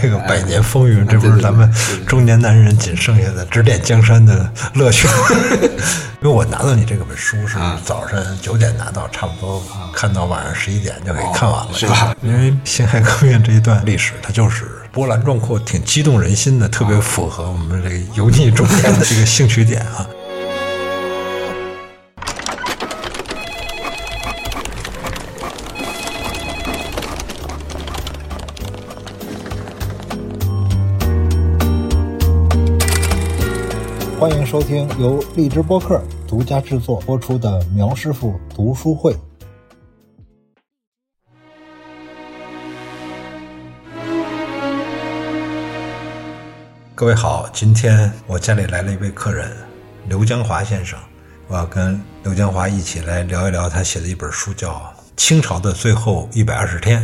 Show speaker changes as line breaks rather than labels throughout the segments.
这个百年风
哎
云，这不是咱们中年男人仅剩下的指点江山的乐趣。 因为我拿到你这个本书是
啊
早上九点拿到，差不多看到晚上十一点就给看完了，
哦是吧？
因为辛亥革命这一段历史，它就是波澜壮阔，挺激动人心的，特
啊
别符合我们这个油腻中年的这个兴趣点啊。
欢迎收听由荔枝播客独家制作播出的苗师傅读书会。
各位好，今天我家里来了一位客人，刘江华先生，我要跟刘江华一起来聊一聊他写的一本书，叫《清朝的最后一百二十天》。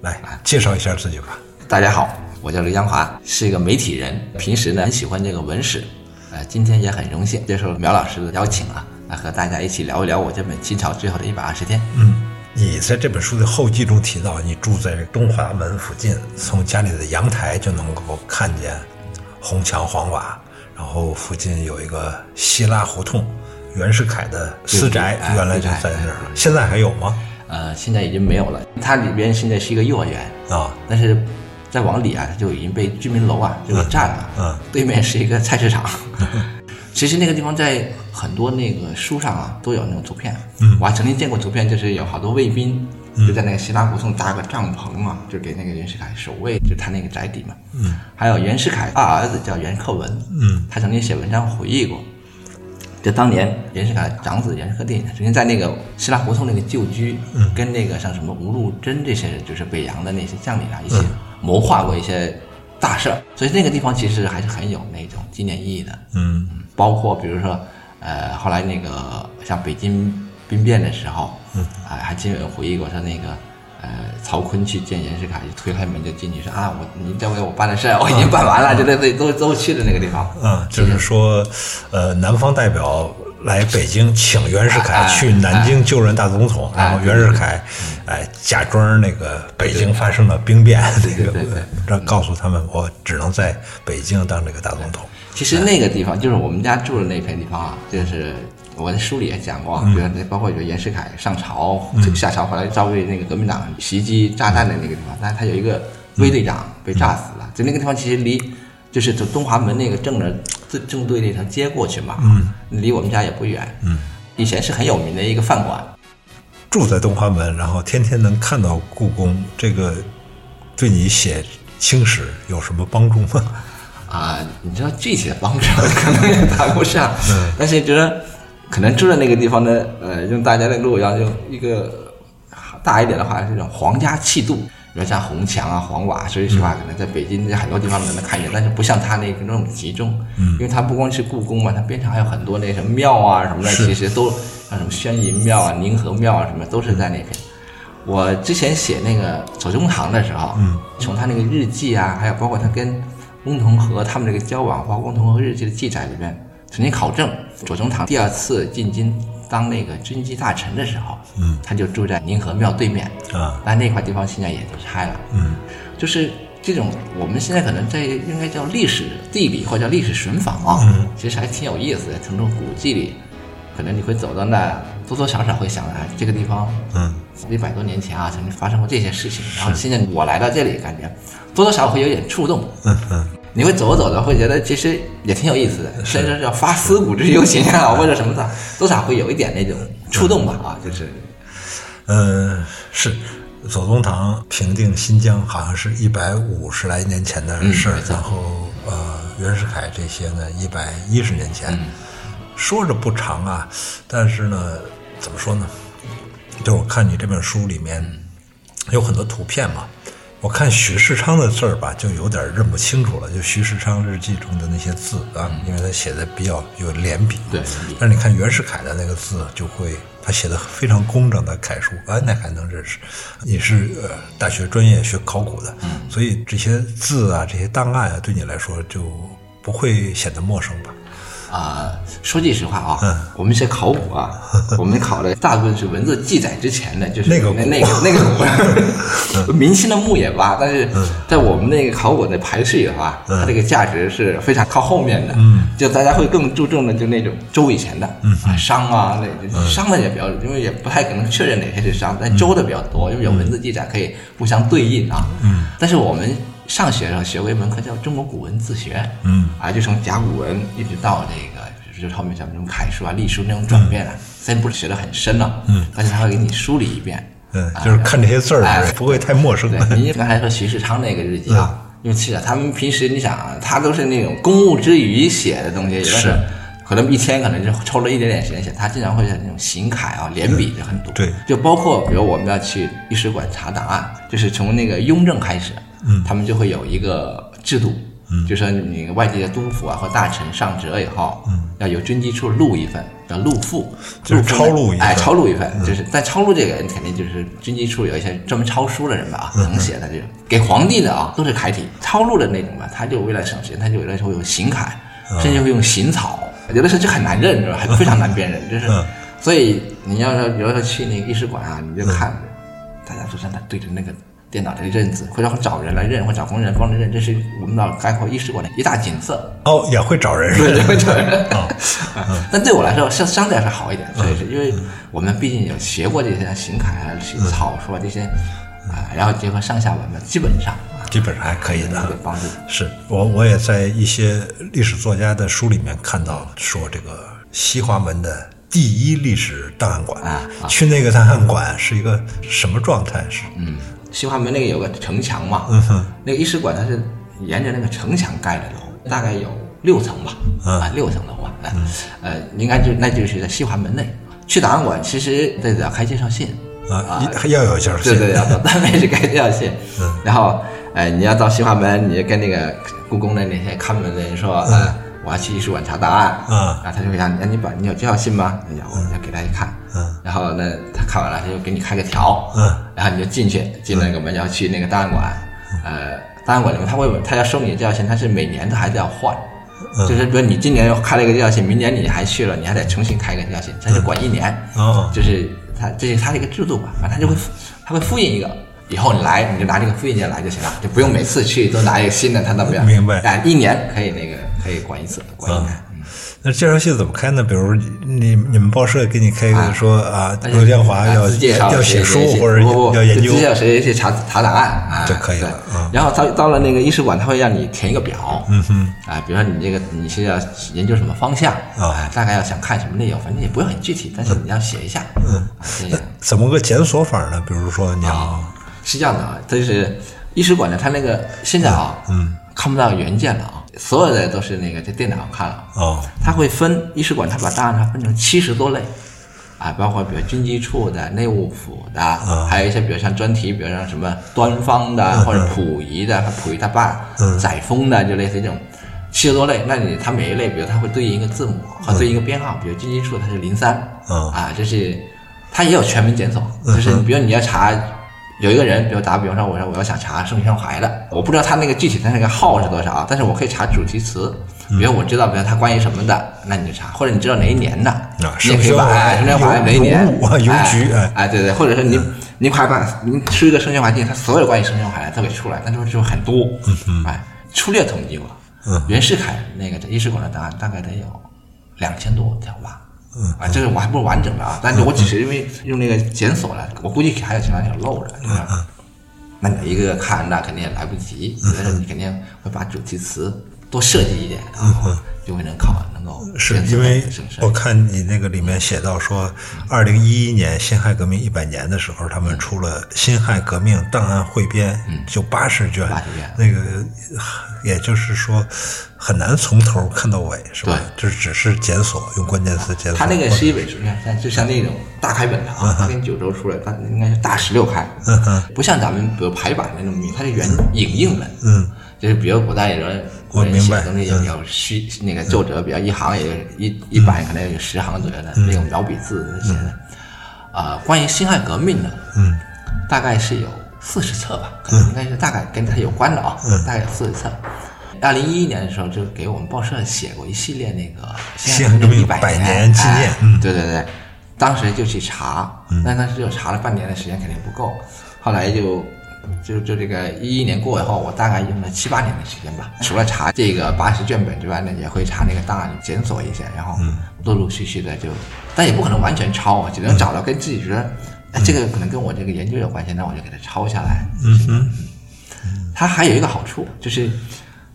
来介绍一下自己吧。
大家好，我叫刘江华，是一个媒体人，平时呢很喜欢这个文史，呃，今天也很荣幸接受苗老师的邀请啊，来和大家一起聊一聊我这本《清朝最后的一百二十天》。
嗯，你在这本书的后记中提到，你住在东华门附近，从家里的阳台就能够看见红墙黄瓦，然后附近有一个希拉胡同，袁世凯的私宅
对对哎
原来就在那儿了，现在还有吗？
呃，现在已经没有了，它里边现在是一个幼儿园，
啊，
但是再往里啊，它就已经被居民楼啊就给占了。
嗯，
对面是一个菜市场。 其实那个地方在很多那个书上啊都有那种图片。嗯，我还曾经见过图片，就是有好多卫兵
嗯
就在那个希拉胡同搭个帐篷啊，就给那个袁世凯守卫，就他那个宅邸嘛。嗯，还有袁世凯二儿子叫袁克文，
嗯，
他曾经写文章回忆过。就当年袁世凯长子袁世凯定曾经在那个希拉胡同那个旧居，嗯，跟那个像什么吴禄贞这些人，就是北洋的那些将领啊，一起谋划过一些大事儿，所以那个地方其实还是很有那种纪念意义的。
嗯
嗯，包括比如说，呃，后来那个像北京兵变的时候，嗯，啊、还记得有回忆过说那个。呃，曹锟去见袁世凯，就推开门就进去说啊，我您在为我办的事儿，我已经办完了，就那那都都去的那个地方。
嗯，就是说，呃，南方代表来北京请袁世凯
哎
去南京救人大总统，
哎嗯
然后袁世凯，哎，假装那个北京发生了兵变， 那个
对对对嗯
让告诉他们我只能在北京当这个大总统。
其实那个地方就是我们家住的那片地方啊，就是我在书里也讲过啊，比如那包括有袁世凯上朝、下朝回来遭遇那个革命党袭击炸弹的那个地方，但是他有一个卫队长被炸死了，就那个地方其实离就是从东华门那个正着正正对那条街过去嘛，嗯，离我们家也不远，嗯，以前是很有名的一个饭馆，
住在东华门，然后天天能看到故宫，这个对你写清史有什么帮助吗？
啊，你知道具体的帮助可能也谈不上，但是觉得可能住在那个地方呢，呃，用大家的路要用一个大一点的话，是一种皇家气度，比如像红墙啊、黄瓦，说实话，可能在北京在很多地方都能看见，但是不像它那个那种集中，因为它不光是故宫嘛，它边上还有很多那什么庙啊什么的，其实都像什么宣仪庙啊、宁和庙啊什么，都是在那边。我之前写那个左宗棠的时候，嗯，从他那个日记啊，还有包括他跟翁同龢他们这个交往，包括翁同龢日记的记载里面，曾经考证左宗棠第二次进京当那个军机大臣的时候，嗯，他就住在宁河庙对面，
啊，
但那块地方现在也都拆了，
嗯，
就是这种我们现在可能在应该叫历史地理或者叫历史寻访啊，其实还挺有意思的。从这种古迹里，可能你会走到那，多多少少会想啊，这个地方，
嗯，
一百多年前啊，曾经发生过这些事情，然后现在我来到这里，感觉多多少少会有点触动，
嗯嗯，
你会走着走着会觉得其实也挺有意思的，甚至叫发思古之幽情啊，或者什么的，多少会有一点那种触动吧啊，就是
嗯，是左宗棠平定新疆，好像是一百五十来年前的事儿、
嗯没错
然后呃，袁世凯这些呢，一百一十年
嗯
前、说着不长啊，但是呢，怎么说呢？就我看你这本书里面有很多图片嘛，我看徐世昌的字儿吧，就有点认不清楚了。就徐世昌日记中的那些字啊，因为他写的比较有连笔，
嗯对
但是你看袁世凯的那个字，就会他写的非常工整的楷书，哎，那还能认识。你是呃大学专业学考古的，
嗯
所以这些字啊，这些档案啊，对你来说就不会显得陌生吧？
啊、说句实话啊，
嗯
我们学考 古啊，我们考的大部分是文字记载之前的，就是
那个
那
古嗯
那个 那个古，明清的墓也挖，但是在我们那个考古的排序的话，
嗯
它这个价值是非常靠后面的，就大家会更注重的就那种周以前的，
嗯
啊商啊那商的也比较，因为也不太可能确认哪些是商，
嗯
但周的比较多，因为有文字记载可以互相对应啊，
嗯
但是我们。上学的时候学过一门课叫中国古文字学，
嗯，
啊，就从甲骨文一直到这个，就是后面像那种楷书啊、隶书那种转变啊，虽然不是学的很深了，嗯，但是他会给你梳理一遍，
嗯，就是看这些字儿
哎
不会太陌生
对，
的。
您刚才说徐世昌那个日记啊，因为其实他们平时你想啊，他都是那种公务之余写的东西，也就是可能一天可能就抽了一点点时间写，他经常会写那种行楷啊，连笔就很多。
对
就包括比如我们要去历史馆查档案，就是从那个雍正开始，嗯，他们就会有一个制度。嗯，就说你外地的督府啊和大臣上折以后，嗯，要由军机处录一份，叫录赋，
就是
录赋呢
抄录一份嗯
哎，抄录一份，就是但抄录这个肯定就是军机处有一些专门抄书的人吧啊，
嗯
能写的这种给皇帝的啊都是楷体，抄录的那种吧，他就为了省时间，他就有的时候有行楷，
嗯
甚至会用行草，有的时候就很难认，是吧？很非常难辨认，就是
嗯
所以你要说有的时候去那个艺术馆啊，你
嗯
就看大家都在那对着那个电脑这个认字，或者找人来认，或者找工人帮着认，这是我们老概括艺术馆的一大景色。
哦，也会找人
对
认，
对对 但对我来说，相相对来说好一点，确实是因为我们毕竟有学过这些行楷啊、行草书啊这些啊，然后结合上下文嘛，基本上啊，
基本上还可以的。
有帮助。
是我我也在一些历史作家的书里面看到说，这个西华门的第一历史档案馆，
啊
去那个档案馆是一个什么状态？是嗯
嗯，西华门那个有个城墙嘛，那个议事馆它是沿着那个城墙盖的楼，大概有六层吧，啊，六层楼吧，啊呃，应该就那就是在西华门内。去档案馆其实得得要开介绍信，
啊，一要有件儿
对
信，
对，要 到单位是开这条线。
嗯
然后，哎，你要到西华门，你就跟那个故宫的那些看门的人说，呃，我要去艺术馆查档案。
嗯
然后他就会想，哎，你把你有这条信吗？哎呀，我要给他一看。
嗯
然后呢，他看完了，他就给你开个条。
嗯
然后你就进去，进了那个门，然后去那个档案馆。
嗯
呃，档案馆里面他会，他要收你的这条信，他是每年他还得要换。
嗯
就是比如你今年开了一个这条线，明年你还去了，你还得重新开一个这条线，他就管一年。
哦
就是它这是它的一个制度吧，反正它就会复它会复印一个，以后你来你就拿这个复印件来就行了，就不用每次去都拿一个新的，它都不要。
明白嗯
哎，一年可以那个可以管一次，管一年。
那介绍信怎么开呢？比如你你们报社给你开一个
啊
说啊，
但是
刘建华
啊
要
自介绍
要写
谁
书
谁
或者
不不不
要研究
就，自介绍谁去查查档案啊
就可以了
对
嗯
然后到到了那个艺术馆，他会让你填一个表，嗯哼，啊，比如说你这个你是要研究什么方向
啊
啊，大概要想看什么内容，反正也不会很具体，但是你要写一下，嗯，这样。
怎么个检索法呢？比如说你要
啊，是这样的啊，它就是艺术馆呢，它那个现在啊，嗯，看不到原件了啊，所有的都是那个在电脑上看了。
哦
它会分艺术馆，它把档案它分成七十多类，啊，包括比如军机处的、内务府的，还有一些比如像专题，比如像什么端方的、或者溥仪的、溥仪他爸、载沣的，就类似这种。七十多类，那你它每一类，比如它会对应一个字母和对应一个编号，比如军机处它是零三、
嗯
啊，这是它也有全民检索，就是你比如你要查有一个人，比如打个比方说，我说我要想查盛宣怀的，我不知道他那个具体他那个号是多少啊，但是我可以查主题词，比如我知道，比如他关于什么的，那你就查，或者你知道哪一年的，啊
啊
你也可以把哎盛宣怀哪一年，哎，对对，或者是你
嗯
你快把你输一个盛宣怀进，它所有关于盛宣怀的都给出来，但是就很多，
嗯
哎，粗略统计过，袁世凯那个在议事馆的档案大概得有两千多条吧。嗯啊，这个我还不是完整的啊，但
嗯
是我只是因为用那个检索了，我估计还有其他条漏着，
嗯
对吧？那你一个个看，那肯定也来不及，
嗯
所以说你肯定会把主题词多设计一点啊，就会能考能够
嗯是
检索
因为
得省事
我看你那个里面写到说，二零一一年辛亥革命一百年的时候，
嗯
他们出了《辛亥革命档案汇编》，就八十卷
80卷，
那个也就是说很难从头看到尾，是吧？这只是检索，用关键词检索。
它那个是一本书，你看，像就像那种大开本的
嗯
啊，它跟九州出来，它应该是大十六开，不像咱们比如排版那种它是原影印本，嗯，就是比如古代有人
我
古人
明
写
白嗯
的东西也比较虚，那个作者比较一行也就是一一
嗯
版可能有十行左右的那种毛笔字写的，啊，关于辛亥革命的，嗯，
嗯
大概是有四十册吧，可能应该是大概跟它有关的啊，大概有四十册。二零一一年的时候，就给我们报社写过一系列那个
西
安
安革命
一百
百年纪念
哎
嗯
对对对，当时就去查，但当时就查了半年的时间肯定不够，后来就就就这个一一年过以后，我大概用了七八年的时间吧，除了查这个八十卷本之外呢，也会查那个档案检索一下，然后陆陆续续的就，但也不可能完全抄啊，只能找到跟自己觉得。哎，这个可能跟我这个研究有关系，那我就给它抄下来。
嗯哼，
它还有一个好处就是，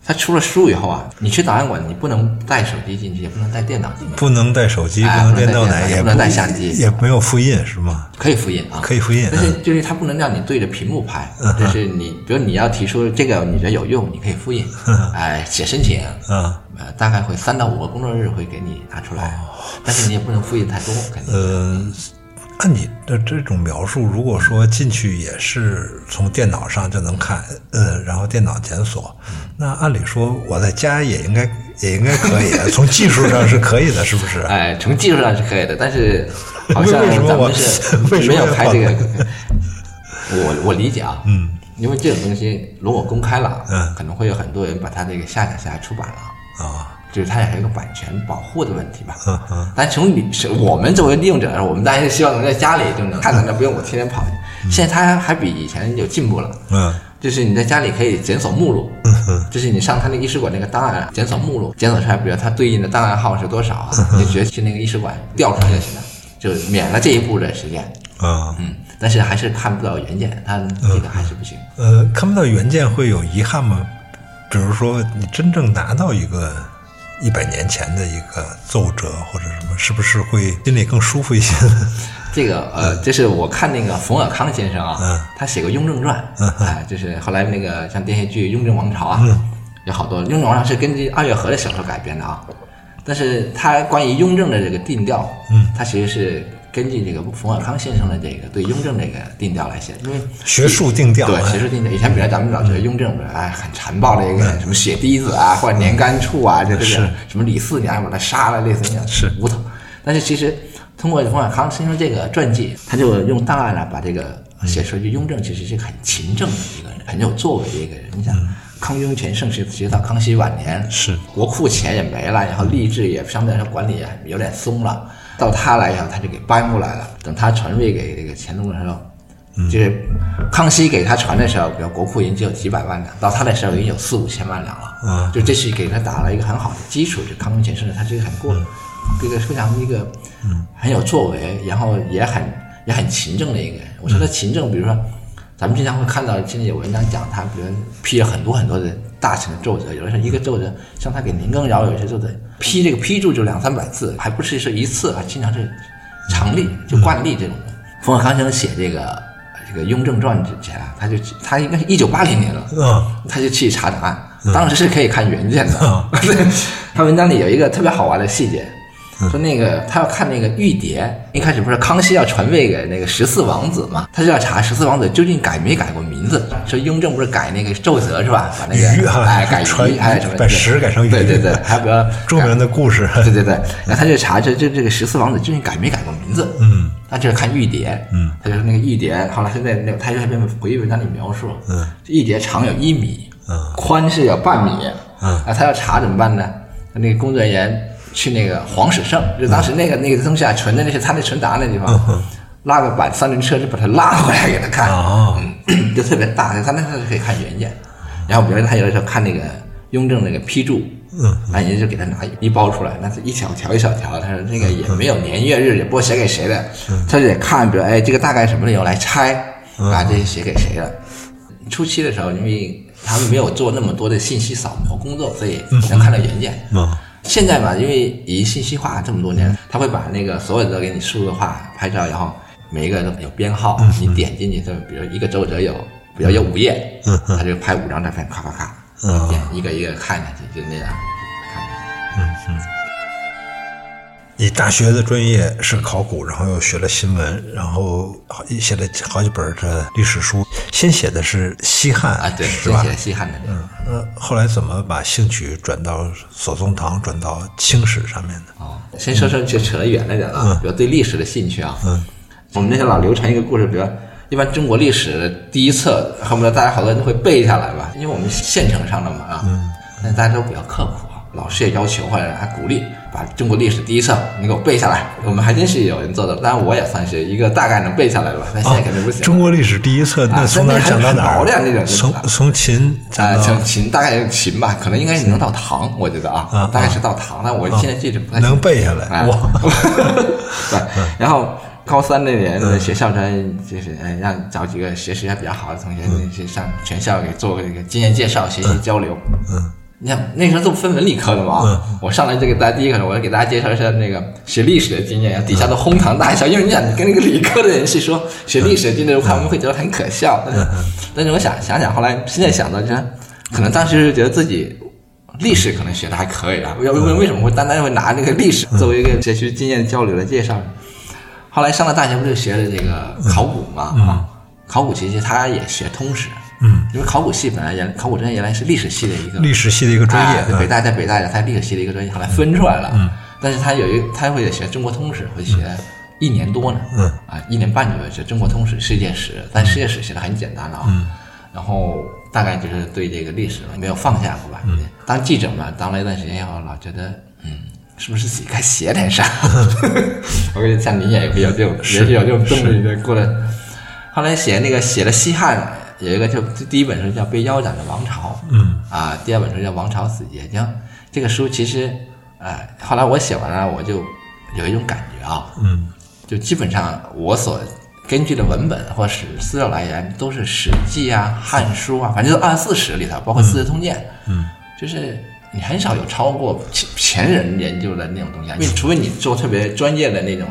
它出了书以后啊，你去档案馆，你不能带手机进去，也不能带电脑进去，
不能带手机，
哎
能
不能
电
带
脑
电
奶，
脑
也
不能带相机
也没有复印是吗？
可以复印啊，
可以复印
但是就是它不能让你对着屏幕拍，
嗯
就是你，比如你要提出这个你觉得有用，你可以复印，
嗯
哎，写申请，
啊，
呃，大概会三到五个工作日会给你拿出来，但是你也不能复印太多，肯定。
哦呃，按你的这种描述，如果说进去也是从电脑上就能看，呃，然后电脑检索，那按理说我在家也应该也应该可以，从技术上是可以的，是不是？
哎，从技术上是可以的，但是好像
为什么
咱
我
们是
为什么
没有
要
开
放
这个。 我我理解啊，嗯，因为这种东西如果公开了，
嗯
可能会有很多人把它这个下载下来出版了，
啊，
就是它也是一个版权保护的问题吧。
嗯嗯
但从你是我们作为利用者来说，我们当然是希望能在家里就能看到，那不用我天天跑。现在它还比以前有进步了，
嗯
就是你在家里可以检索目录，就是你上他那个艺术馆那个档案检索目录，检索出来，比如它对应的档案号是多少啊，你就直接去那个艺术馆调出来就行了，就免了这一步的时间。
啊，
嗯，但是还是看不到原件，它这个还是不行。
呃，看不到原件会有遗憾吗？比如说，你真正拿到一个一百年前的一个奏折或者什么，是不是会心里更舒服一些？
这个呃，这是我看那个冯尔康先生啊，
嗯
他写过《雍正传》哎，就是后来那个像电视剧《雍正王朝》啊，有好多《雍正王朝》是根据二月河的小说改编的啊，但是他关于雍正的这个定调，嗯，他其实是根据这个冯尔康先生的这个对雍正这个定调来写的，因为
学术定调啊，
对，学术定的。以前比如咱们老觉得雍正本来很残暴的一
嗯
个人，什么血滴子啊，或者年干处啊，这这个什么李四娘把他杀了，类似那样
是
无头。但是其实通过冯小康先生这个传记，他就用档案啊把这个
嗯
写出来，就雍正其实是个很勤政的一个人，很有作为的一个人。你想。康雍乾盛世，其实到康熙晚年，
嗯是
国库钱也没了，然后吏治也相对来说管理也有点松了。到他来以后，他就给搬过来了。等他传位给这个乾隆的时候，就是康熙给他传的时候，比如国库已经只有几百万两，到他的时候已经有四五千万两了。
嗯
就这是给他打了一个很好的基础。就康雍乾盛世，他是一个很过，这个非常一个很有作为，然后也很也很勤政的一个人。我说他勤政，比如说。咱们经常会看到，现在有文章讲他，比如批了很多很多的大型的奏折，有的时候一个奏折，像他给林庚尧有一些奏折批这个批注就两三百字，还不是说一次，还经常是常例就惯例这种的。冯小康先生写这个这个《雍正传》之前啊，他就他应该是一九八零年了，
嗯
他就去查档案，当时是可以看原件的。
嗯嗯
对 他文章里有一个特别好玩的细节，说那个他要看那个玉牒，一开始不是康熙要传位给那个十四王子嘛，他就要查十四王子究竟改没改过名字。说雍正不是改那个奏折是吧？把那
鱼
个
啊
哎改
传
鱼，哎什么
把十改成鱼
对对对，还有个
著名的故事，
对对对，然后他就查这这这个十四王子究竟改没改过名字？嗯，他就是看玉牒，嗯，他就是那个玉牒。后来现在那个他就在那回忆文章里描述，嗯，玉牒长有一米，
嗯，
宽是有半米，
嗯
啊，他要查怎么办呢？那个工作人员去那个黄始胜，就当时
嗯
那个那个东西啊存的那些他那存档案的地方，拉个板三轮车就把它拉回来给他看，
哦
嗯 就特别大，他那时候可以看原件。然后比如说他有的时候看那个雍正那个批注，嗯，那人家就给他拿一包出来，那是一小条一小条，他说那个也没有年月日，也不知道写给谁的，他就得看，比如哎这个大概什么理由来猜，啊这是写给谁的。初期的时候，因为他们没有做那么多的信息扫描工作，所以能看到原件。
嗯
现在嘛，因为已经信息化这么多年，他会把那个所有的给你数字化拍照，然后每一个都有编号，
嗯
你点进去，就比如一个周折有，比如有五页，他就拍五张照片，咔咔咔，
嗯
点一个一个看下去，就那样看下去。
你大学的专业是考古，然后又学了新闻，然后好写了好几本这历史书。先写的是西汉
啊，对，
是
这
吧
写？西汉的这个。
呃，后来怎么把兴趣转到左宗棠，转到清史上面的？
哦，先说说就扯得远了点了，比如对历史的兴趣啊。
嗯，
我们那些老流传一个故事，比如一般中国
嗯
历史第一册，恨不得大家好多人都会背下来吧，因为我们现成上的嘛啊。但是大家都比较刻苦啊，老师也要求或者还鼓励把中国历史第一册你给我背下来。我们还真是有人做到，当然我也算是一个大概能背下来了吧，但现在肯定不行
哦
了。
中国历史第一册，那从哪儿讲到哪
啊那那还有很薄的那
儿？
种
从从秦
啊
讲，到
像秦大概有秦吧，可能应该能到唐，我觉得啊
啊，
大概是到唐，但我现在记着不太
嗯
清
能背下来，
哎
哇！
对，然后高三那年的学校呢，就是哎让找几个学习还比较好的同学，去上全校给做个这个经验介绍、学习交流。嗯，你看那时候都分文理科的嘛，我上来就给大家第一个，我给大家介绍一下那个学历史的经验，底下都哄堂大笑，因为你想你跟那个理科的人去说学历史的经验，他们会觉得很可笑。但是，但是我想想想，后来现在想到就是，可能当时是觉得自己历史可能学的还可以啊，为为为什么会单单会拿那个历史作为一个学习经验交流的介绍？后来上了大学不是学了这个考古嘛啊，考古其实它也学通识，嗯，因为考古系本来原考古专业原来是历史系的一个
历史系的一个专业
哎，对北大在北大的它历史系的一个专业，后来分出来了，嗯，但是它有一它会学中国通史，会学一年多呢，
嗯
啊，一年半左右学中国通史、世界史，但世界史学的很简单了啊，然后大概就是对这个历史没有放下过吧，嗯，当记者嘛，当了一段时间以后，老觉得嗯。是不是自己该写点啥？ 我跟你像你也有这种，也嗯是有这种动力的过来。后来写那个写了西汉，有一个就第一本书叫《被腰斩的王朝》，
嗯
啊，第二本书叫《王朝死结晶》。这个书其实，呃，后来我写完了，我就有一种感觉啊，
嗯
就基本上我所根据的文本或史资料来源都是《史记》啊、《汉书》啊，反正就二十四史里头，包括《四字通鉴》
嗯，
就是你很少有超过前前人研究的那种东西啊，因为除非你做特别专业的那种，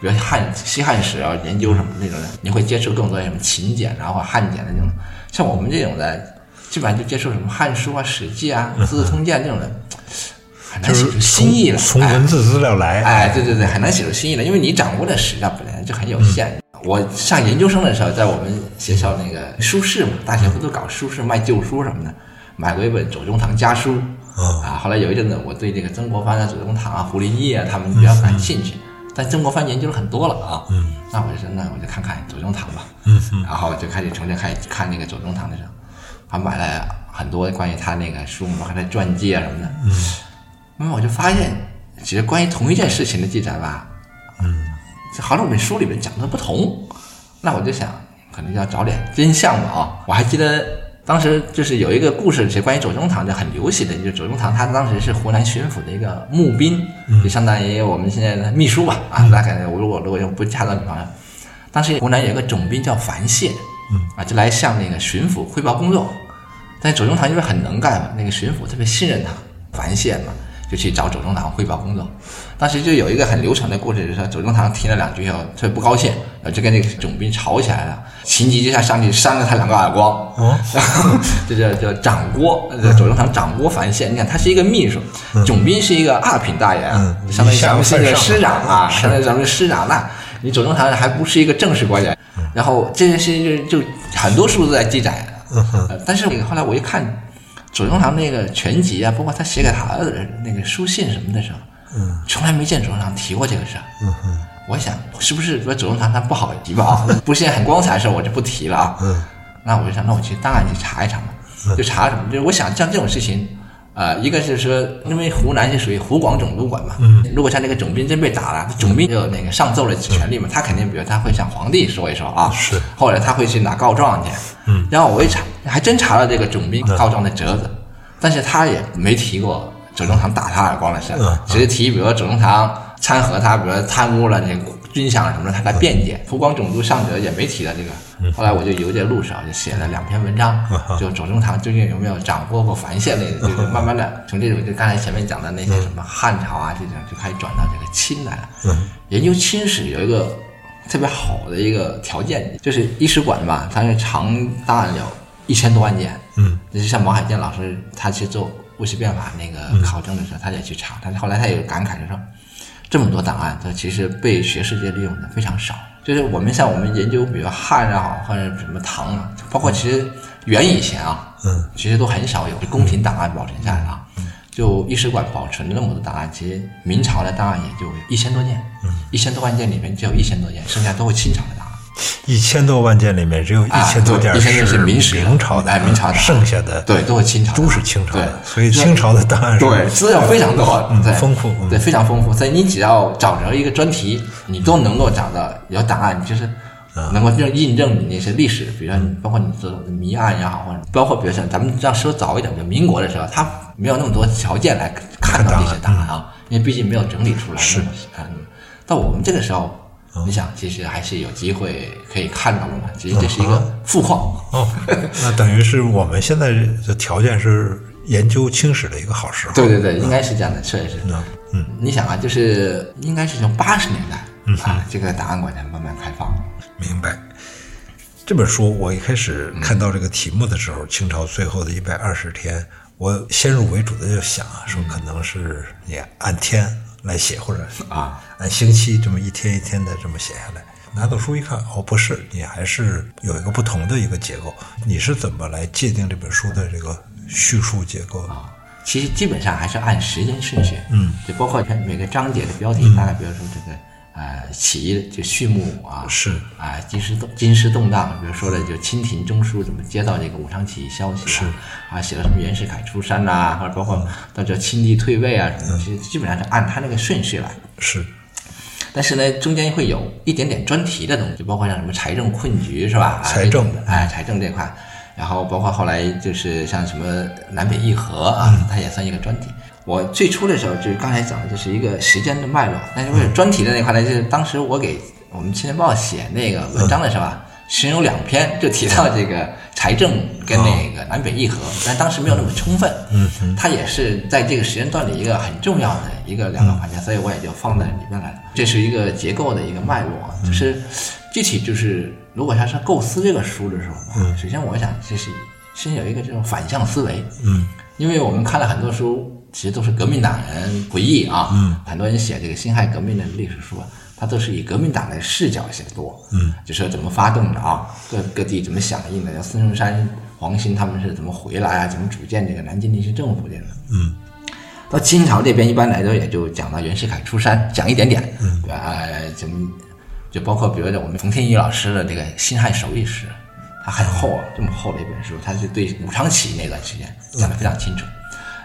比如汉西汉史啊，研究什么那种的，你会接触更多什么秦简啊或汉简的那种。像我们这种的，基本上就接触什么《汉书》啊、《史记》啊、《四字通鉴》这种的，很难
就
写
是
出
从
新意来。
从
哎
文字资料来，
哎，对对对，很难写出新意来，因为你掌握的史料本来就很有限。啊我上研究生的时候，在我们学校那个书市嘛，大学不都搞书市卖旧书什么的，买过一本左宗棠家书。
哦
啊，后来有一阵子，我对这个曾国藩啊、左宗棠啊、胡林翼啊他们比较感兴趣，但曾国藩研究了很多了啊。嗯，那我就说，那我就看看左宗棠吧。嗯然后就开始重新开始看那个左宗棠的时候，还买了很多关于他那个书，包括他传记啊什么的。嗯，那么我就发现，其实关于同一件事情的记载吧，嗯，好像我们书里面讲的不同。那我就想，可能要找点真相吧啊、我还记得当时就是有一个故事，是关于左宗棠的，很流行的，就是左宗棠他当时是湖南巡抚的一个募兵，就相当于我们现在的秘书吧啊，大概我如果如果用不恰当的方法，当时湖南有一个总兵叫樊燮，啊，就来向那个巡抚汇报工作。但左宗棠因为很能干嘛，那个巡抚特别信任他，樊燮嘛，就去找左宗棠汇报工作。当时就有一个很流传的故事，就是说左宗棠听了两句以后特别不高兴，然后就跟那个总兵吵起来了，情急之下上去扇了他两个耳光。
哦，
然后这叫叫掌呃锅，这左宗棠掌锅樊燮。你看他是一个秘书，总兵是一个二品大员，
嗯
相当于咱们是一
一下不分
个
上
师长 啊，
是
相当于咱们是师长那。你左宗棠还不是一个正式官员，
嗯
然后这件事情就就很多书都在记载，
嗯
呃但是后来我一看左宗棠那个全集啊，包括他写给他儿子的那个书信什么的时候，嗯，从来没见左宗棠提过这个事儿，嗯我想是不是说左宗棠他不好提吧？ 啊，不是件很光彩的事儿，我就不提了啊，嗯，那我就想，那我去档案去查一查嘛，就查什么？就是我想像这种事情。呃，一个是说，因为湖南是属于湖广总督管嘛，嗯，如果像那个总兵真被打了，总兵有那个上奏的权利嘛，他肯定，比如他会向皇帝说一说啊，
是，
后来他会去拿告状去，嗯，然后我一查，还真查了这个总兵告状的折子，但是他也没提过左宗棠打他耳光的事儿
嗯，
只是提比如说左宗棠掺和他，比如说贪污了那个军饷什么的，他来辩解。湖广总督上折也没提到这个，后来我就游街路上就写了两篇文章，就左宗棠究竟有没有掌握过繁线类的，就是慢慢的从这种就刚才前面讲的那些什么汉朝啊这种，就开始转到这个清来了。研究清史有一个特别好的一个条件，就是一史馆吧，它是长档案有一千多万件，
嗯，
就像毛海建老师他去做戊戌变法那个考证的时候，他也去查，但是后来他也有感慨，就说这么多档案，它其实被学术界利用的非常少。就是我们像我们研究，比如汉啊，或者什么唐啊，包括其实元以前啊，
嗯，
其实都很少有宫廷档案保存下来啊。就一史馆保存那么多档案，其实明
嗯
朝的档案也就一千多件，一千多万件里面只有一千多件，剩下都是清朝的档案。
一千多万件里面只有一千多件
啊对1000多是
明
明史
朝的，
哎明朝的
剩下的
对都是清朝的
都是清朝的，
对
所以清朝的档案是
对，资料非常多，
嗯
对，
丰富嗯
对，非常丰富。所以你只要找着一个专题，你都能够找到有档案，就是
啊
能够印印证你那些历史，比如说你包括你这种谜案也好，或者包括比如像咱们这样说早一点，比如民国的时候，他没有那么多条件来看到这些档案
嗯
啊，因为毕竟没有整理出来。是，嗯，到我们这个时候。
嗯
你想，其实还是有机会可以看到的嘛。其实这是一个富矿，
哦，那等于是我们现在的条件是研究清史的一个好时候。
对对对，应该是这样的，确实是。
嗯嗯，
你想啊，就是应该是从八十年代、啊，这个档案馆才慢慢开放。
明白。这本书我一开始看到这个题目的时候，清朝最后的一百二十天，我先入为主的就想啊，说可能是你按天来写，或者
啊
按星期这么一天一天的这么写下来。拿到书一看，哦，不是，你还是有一个不同的一个结构。你是怎么来界定这本书的这个叙述结构
啊
的？
其实基本上还是按时间顺序，嗯，就包括每个章节的标
嗯
题，大概比如说这个呃起义就序幕啊，
是
啊，京师动京师动荡，比如说的就清廷中枢怎么接到这个武昌起义消息、啊，是啊，写了什么袁世凯出山呐、或者包
嗯
括到这清帝退位啊什么，其实基本上是按他那个顺序来。
是
但是呢，中间会有一点点专题的东西，包括像什么财政困局是吧？啊
财政
这哎，财政这块，然后包括后来就是像什么南北议和
嗯
啊，它也算一个专题。我最初的时候就是刚才讲的，就是一个时间的脉络。但是为了专题的那块呢，就是当时我给我们《青年报》写那个文章的时候
嗯
啊，其中有两篇就提到这个财政跟那个南北议和，但当时没有那么充分。嗯，它也是在这个时间段里一个很重要的一个两个环节，所以我也就放在里面来了。这是一个结构的一个脉络，就是具体就是如果他是构思这个书的时候吧，首先我想就是先有一个这种反向思维，嗯，因为我们看了很多书，其实都是革命党人回忆啊，嗯，很多人写这个辛亥革命的历史书啊。他都是以革命党的视角写多，嗯，就说怎么发动的啊，各各地怎么响应的，像孙中山、黄兴他们是怎么回来啊，怎么组建这个南京临时政府这个，到清朝这边一般来说也就讲到袁世凯出山，讲一点点，对吧？呃怎么就包括比如说我们冯天一老师的这个《辛亥手艺史》，它很厚啊，这么厚的一本书，它是对武昌起义那段时间讲得非常清楚。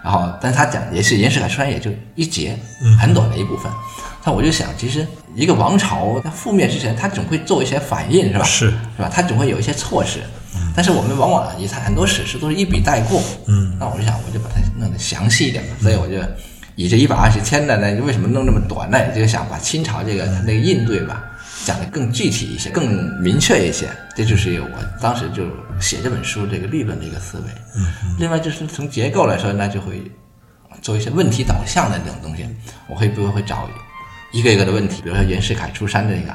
然后，但是他讲也是袁世凯出山也就一节，很短的一部分。那我就想，其实一个王朝它覆灭之前，它总会做一些反应，是吧？
是
是吧？它总会有一些措施，但是我们往往也它很多史诗都是一笔带过。嗯，那我就想，我就把它弄得详细一点吧，所以我就以这一百二十天的呢，为什么弄这么短呢？就想把清朝这个它那个应对吧，讲得更具体一些，更明确一些。这就是我当时就写这本书这个立论的一个思维。嗯，另外就是从结构来说，那就会做一些问题导向的这种东西，我会不会会找一个一个的问题，比如说袁世凯出山这个，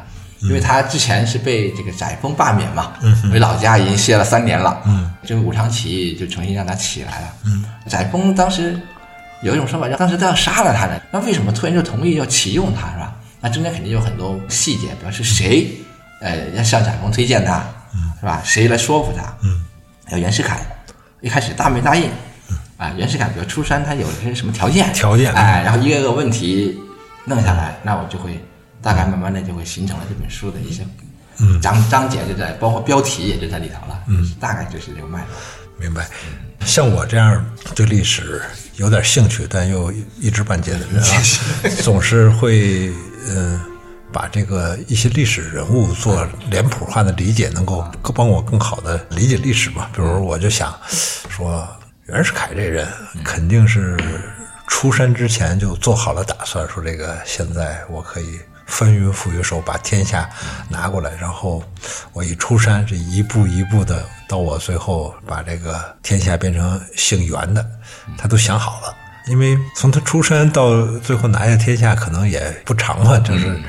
因为他之前是被这个载沣罢免嘛，回老家已经歇了三年了，嗯，就武昌起义就重新让他起来了，嗯，载沣当时有一种说法叫当时都要杀了他了，那为什么突然就同意要启用他是吧？那中间肯定有很多细节，比如是谁，呃，要向载沣推荐他，是吧？谁来说服他？嗯，有袁世凯，一开始答没答应？啊，袁世凯比如出山，他有一些什么条件？
条件
哎，然后一个个问题弄下来，那我就会大概慢慢的就会形成了这本书的一些
嗯
章章节就在，包括标题也就在里头了，嗯，大概就是这个脉络。
明白。像我这样对历史有点兴趣，但又一知半解的人啊，总是会嗯，把这个一些历史人物做脸谱化的理解，能够更帮我更好的理解历史嘛。比如，我就想说，袁世凯这人肯定是出山之前就做好了打算，说这个现在我可以翻云覆雨手把天下拿过来，然后我一出山，这一步一步的到我最后把这个天下变成姓袁的，他都想好了。因为从他出山到最后拿下天下，可能也不长嘛，就是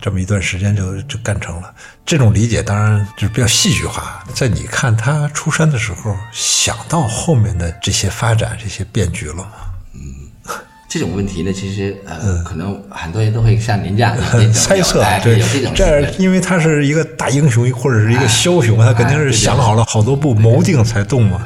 这么一段时间就就干成了。这种理解当然就是比较戏剧化。在你看他出山的时候，想到后面的这些发展、这些变局了吗？
这种问题呢，其实呃，可能很多人都会像您这样有这种
嗯猜测
哎，
呃对
有这种，啊
这样因为他是一个大英雄或者是一个枭雄，他肯定是想好了好多步谋定才动嘛。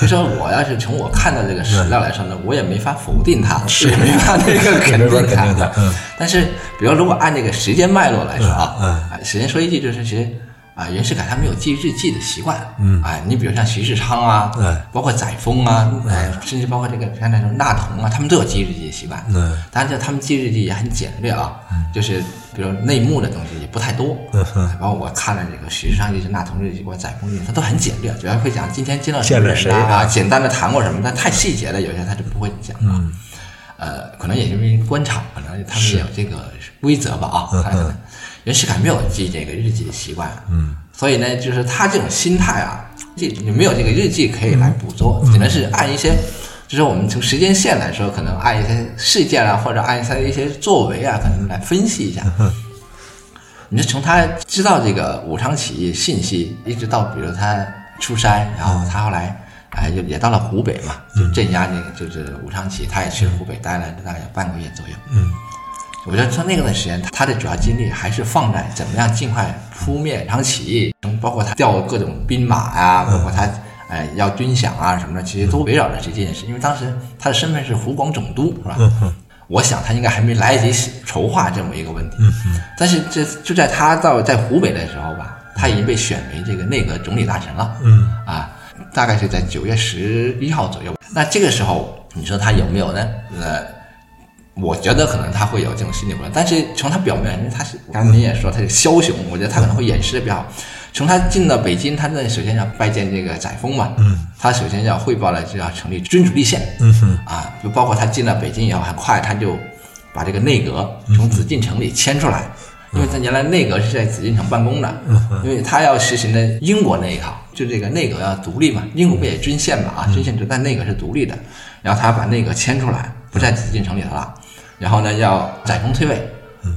就说我要是从我看到这个史料来说呢，我也没法否定它，是没法那个肯
没法
定
肯定嗯它嗯
它。但是，比如如果按这个时间脉络来说啊，啊时间说一句就是，其实啊、袁世凯他没有记日记的习惯，嗯，哎、你比如像徐世昌啊，
哎
包括载沣啊，
嗯
哎、甚至包括这个像那种纳桐啊，他们都有记日记的习惯，
嗯，
当然，他们记日记也很简略啊，就是比如内幕的东西也不太多，
嗯哼
哎包括我看了这个徐世昌日记、纳桐日记或载沣日记，他都很简略，主要会讲今天见到
见了谁
啊，
啊
简单的谈过什么，但太细节的有些他就不会讲啊。
嗯
呃，可能也因为官场，可能他们也有这个规则吧啊。
嗯
他可能袁世凯没有记这个日记的习惯，嗯，所以呢，就是他这种心态啊，这你没有这个日记可以来捕捉，
嗯
只能是按一些，就是我们从时间线来说，可能按一些事件啊，或者按一些一些作为啊，可能来分析一
嗯
下。你是从他知道这个武昌起义信息，一直到比如他出山，然后他后来哎就也到了湖北嘛，就镇压那个就是武昌起义，他也去湖北待了大概有半个月左右。
嗯，
我觉得从那段时间，他的主要精力还是放在怎么样尽快扑灭武昌起义，包括他调各种兵马呀、包括他。哎，要军饷啊什么的，其实都围绕着这件事，因为当时他的身份是湖广总督，是吧？我想他应该还没来得及筹划这么一个问题。但是这就在他到在湖北的时候吧，他已经被选为这个内阁总理大臣了。
嗯
啊，大概是在九月十一号左右。那这个时候，你说他有没有呢？呃，我觉得可能他会有这种心理波动，但是从他表面，因为他是刚才您也说他是枭雄，我觉得他可能会掩饰的比较好。从他进到北京，他那首先要拜见这个载沣嘛，嗯，他首先要汇报了就要成立君主立宪，嗯哼，啊，就包括他进了北京以后，很快他就把这个内阁
嗯
从紫禁城里迁出来，因为他原来内阁是在紫禁城办公的，
嗯
因为他要实行的英国那一套，就这个内阁要独立嘛，英国不
嗯
也军宪嘛啊，军宪就但内阁是独立的，然后他把内阁迁出来，不在紫禁城里头了，然后呢要载沣退位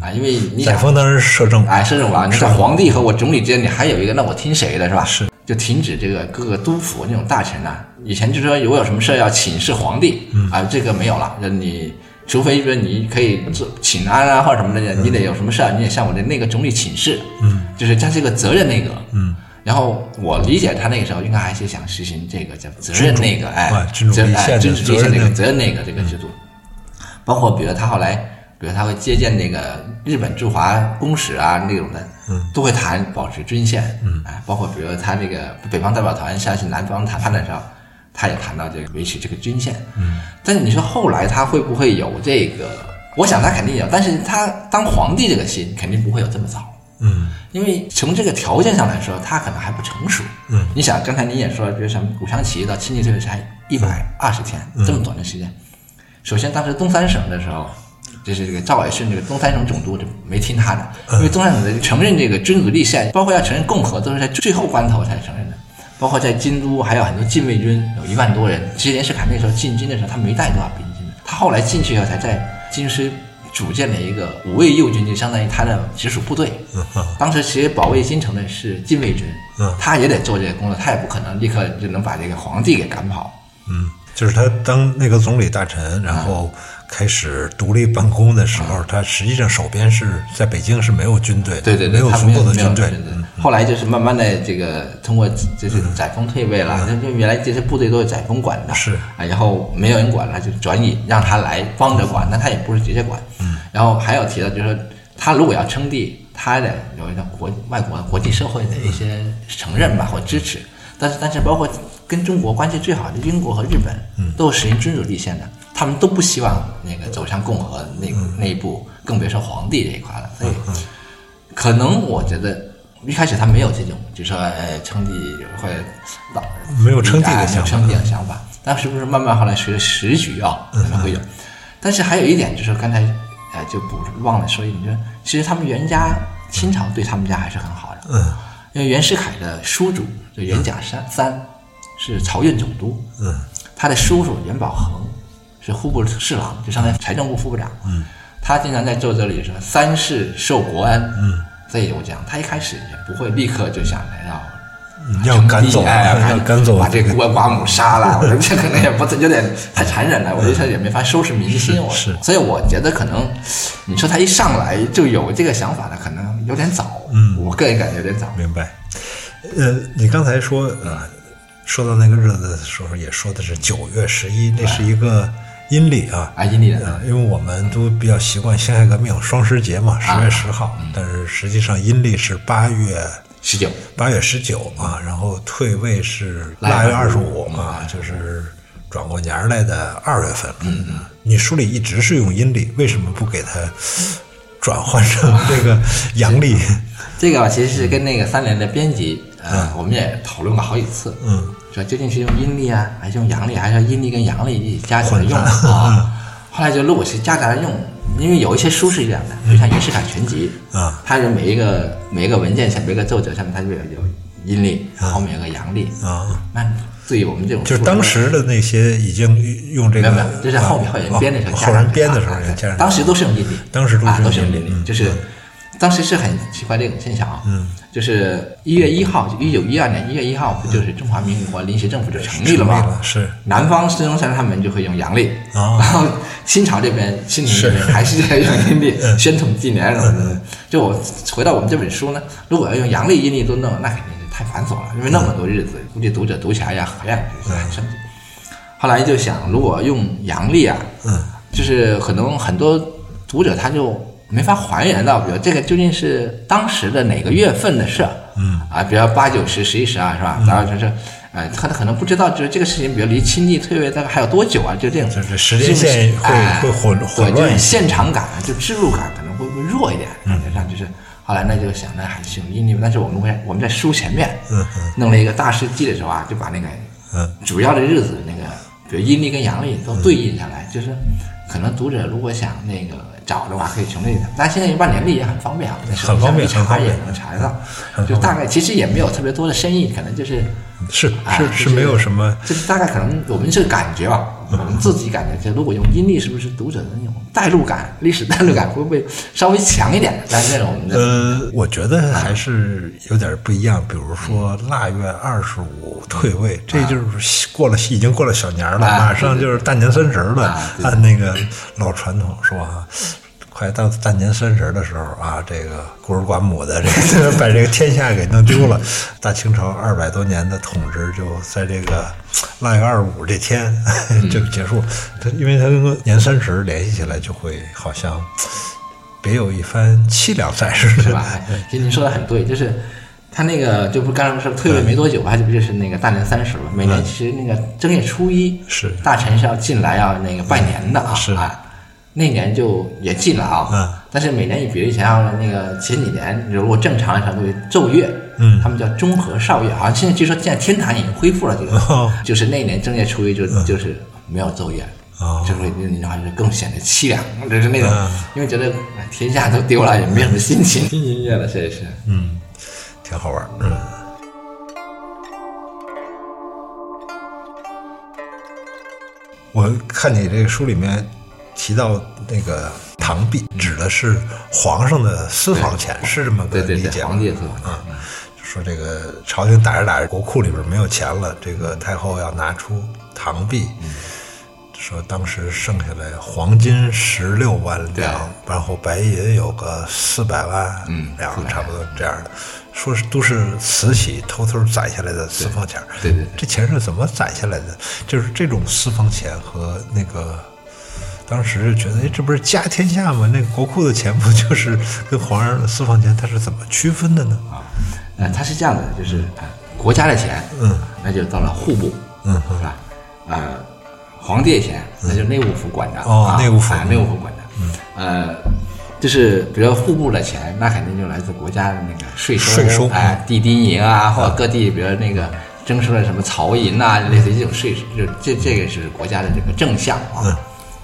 啊，因为你
嗯载
想
沣当时摄政，
哎，摄政王，你是皇帝和我总理之间，你还有一个，那我听谁的是吧？
是，
就停止这个各个督府那种大臣啊，以前就说如果有什么事儿要请示皇帝，啊，这个没有了，就你。除非说你可以做请安啊或者什么的，你得有什么事儿，你得向我的那个总理请示。嗯，就是他是个责任内阁。嗯，然后我理解他那个时候应该还是想实行这个叫责任内阁，哎
啊，君主
责
立
哎
宪的
君主立
责
宪
任嗯
这个
内阁
责任内阁这个制度。包括比如他后来，比如他会接见那个日本驻华公使啊那种的，
嗯
都会谈保持军线，嗯，哎，包括比如他那个北方代表团下去南方谈判的时候，他也谈到这个维持这个军线，嗯，但是你说后来他会不会有这个？我想他肯定有，但是他当皇帝这个心肯定不会有这么早，
嗯
因为从这个条件上来说，他可能还不成熟。
嗯，
你想，刚才您也说了，比如什么武昌起义到亲戚退位才一百二十天，这么短的时间。首先，当时东三省的时候，就是这个赵怀顺这个东三省总督就没听他的，因为东三省的承认这个君主立宪，包括要承认共和，都是在最后关头才承认的。包括在京都还有很多禁卫军，有一万多人。其实袁世凯那时候进京的时候，他没带多少兵进去，他后来进去以后才在京师组建了一个五卫右军，就相当于他的直属部队。当时其实保卫京城的是禁卫军
嗯，
他也得做这个工作，他也不可能立刻就能把这个皇帝给赶跑。
嗯，就是他当那个总理大臣，然后开始独立办公的时候，他实际上手边是在北京是没有军队的，
啊对对
没
对，
有
他
足够的嗯
没有
军队
对，对后来就是慢慢的这个通过就是载沣退位了，因为原来这些部队都是载沣管的，
嗯是
啊，然后没有人管了，就转移让他来帮着管，但他也不是直接管。嗯，然后还有提到就是说，他如果要称帝，他的有一种国外国国际社会的一些承认吧
嗯
或支持，但是但是包括跟中国关系最好的英国和日本，嗯，都是实行君主立宪的。他们都不希望那个走向共和那
嗯
个那一步，更别说皇帝这一块了。所以，可能我觉得一开始他没有这种，就是说呃称帝或者老
没有称帝的
哎
想法
没有称帝的想法。但是不是慢慢后来随着时局啊，可能会有。但是还有一点就是刚才呃就不忘了说一点，就是其实他们袁家清朝对他们家还是很好的，
嗯
因为袁世凯的叔祖就袁甲三三是漕运总督，
嗯
他的叔叔袁宝恒是户部侍郎，就相当于财政部副部长。嗯，他经常在奏折里说“三世受国恩”，嗯，这也有讲，他一开始也不会立刻就想来要。
嗯要赶走
哎呀
要赶走
把这个孤儿寡母杀了，我觉得这可能也不有点太残忍了，我觉得他也没法收拾民心，我
是
所以我觉得可能，你说他一上来就有这个想法的，可能有点早，嗯，我个人感觉有点早，
明白。呃，你刚才说啊，说到那个日子的时候，也说的是九月十一，那是一个阴历啊。
啊，阴历的，
啊，因为我们都比较啊嗯习惯辛亥革命双十节嘛，十月十号，但是实际上阴历是八月
十九，
八月十九嘛，然后退位是腊月二十五嘛，就是转过年儿来的二月份。嗯，你书里一直是用阴历，为什么不给它转换成这个阳历？
这个吧其实是跟那个三联的编辑，呃，我们也讨论过好几次，
嗯，
说究竟是用阴历啊，还是用阳历，还是阴历跟阳历一起加起来用啊？后来就如果是加起来用，因为有一些书是这样的，就像《仪式感全集》
啊，
它是每一个每一个文件下，每一个作者下面它就有有阴历，后面有个阳历
啊。
那对于我们这种
嗯就是
书
当
来说
时的那些已经用这
没
个，
有没有，就是后面后人编的时候
啊
加上去
后
的，
人编的时候
啊
也加上去，
当时都是用阴历，
当时都是
啊
用
都是用
阴
阴
历
历，
嗯
就是当时是很奇怪的一种现象啊，嗯，就是一月一号，一九一二年一月一号，不就是中华民国临时政府就成
成
立了
立
吗
了？是
南方孙中山他们就会用阳历，
啊
然后清朝这边清廷这边还是在用阴历
嗯
宣统纪年什么的。就我回到我们这本书呢，如果要用阳历、阴历都弄，那肯定是太繁琐了，因为那
嗯
么多日子，估计读者读起来呀很很生气。后来就想，如果用阳历啊，
嗯，
就是可能很多读者他就没法还原到，比如这个究竟是当时的哪个月份的事儿，嗯，啊，比如八九十、十一十二是
嗯
吧？然后就是，呃，他他可能不知道，就是这个事情，比如离亲历退位大概还有多久啊？就这种，
就是时间线会
哎
会混
对
混乱
就是
一些嗯
现场感啊就置入感可能会会弱一点，感觉上就是。后来那就想，那还是用阴历吧，但是我们会我们在书前面，
嗯
弄了一个大事记的时候啊，就把那个
嗯
主要的日子那个，比如阴历跟阳历都对应下来，就是可能读者如果想那个找的话，可以从这个。但现在用万年历也很方便啊，
很方便
你上
很
网
方
一查
便
也能查得到，就大概其实也没有特别多的深意，可能就是。
是
哎
是是没有什么，嗯
就是大概可能我们这个感觉吧，我们自己感觉，就如果用阴历，是不是读者的那种代入感、历史代入感会不会稍微强一点？但是那种我们的
呃，我觉得还是有点不一样。比如说腊月二十五退位，这就是过了已经过了小年了，
啊
马上就是大年三十了
啊。对
按那个老传统说啊。快到大年三十的时候啊，这个孤儿寡母的这 个把这个天下给弄丢了。大清朝二百多年的统治就在这个腊月二十五这天 就结束。它
嗯
因为它跟年三十联系起来，就会好像别有一番凄凉在似
是
的。
吧？ 其实您说的很对，就是他那个，就不是刚才说退位没多久吧，这不就是那个大年三十嘛？每年其实那个正月初一，
嗯是
大臣是要进来要那个拜年的啊，
是
啊。那年就也进了啊，
嗯
但是每年比以前要那个前几年，如果正常来说都是奏乐，
嗯
他们叫中和少乐，好像现在据说现在天坛已经恢复了这个，
哦嗯
就是那年正月初一就、就是没有奏乐，
哦
就是你的话就是更显得凄凉，就是那种，
嗯
因为觉得哎天下都丢了，也没什么心 情听音乐了，这也是。
嗯，挺好玩儿。嗯，我看你这个书里面提到那个堂币，指的是皇上的私房钱，是这么个
对对
理
对，
解吗？
皇帝的作
啊，就说这个朝廷打着打着，国库里边没有钱了，这个太后要拿出堂币，
嗯
说当时剩下来黄金十六万
对
两，然后白银有个四百万
嗯
两
400，万
差不多这样的，说是都是慈禧偷偷攒下来的私房钱。
对对对
这钱是怎么攒下来的？就是这种私房钱和那个。当时就觉得，哎，这不是家天下吗？那个国库的钱不就是跟皇上的私房钱，它是怎么区分的呢？
啊，呃，它是这样的，就是呃国家的钱，
嗯，
那就到了户部，
嗯
是吧？呃，皇帝的钱，那就内务府管着，
哦
啊
内务府
啊，内务府管着，呃，就是比如说户部的钱，那肯定就来自国家的那个税收，
税收嗯
哎，地丁银啊，或者各地，比如那个。征收了什么漕银啊，类似于这种税，就这这个是国家的这个政项啊。
嗯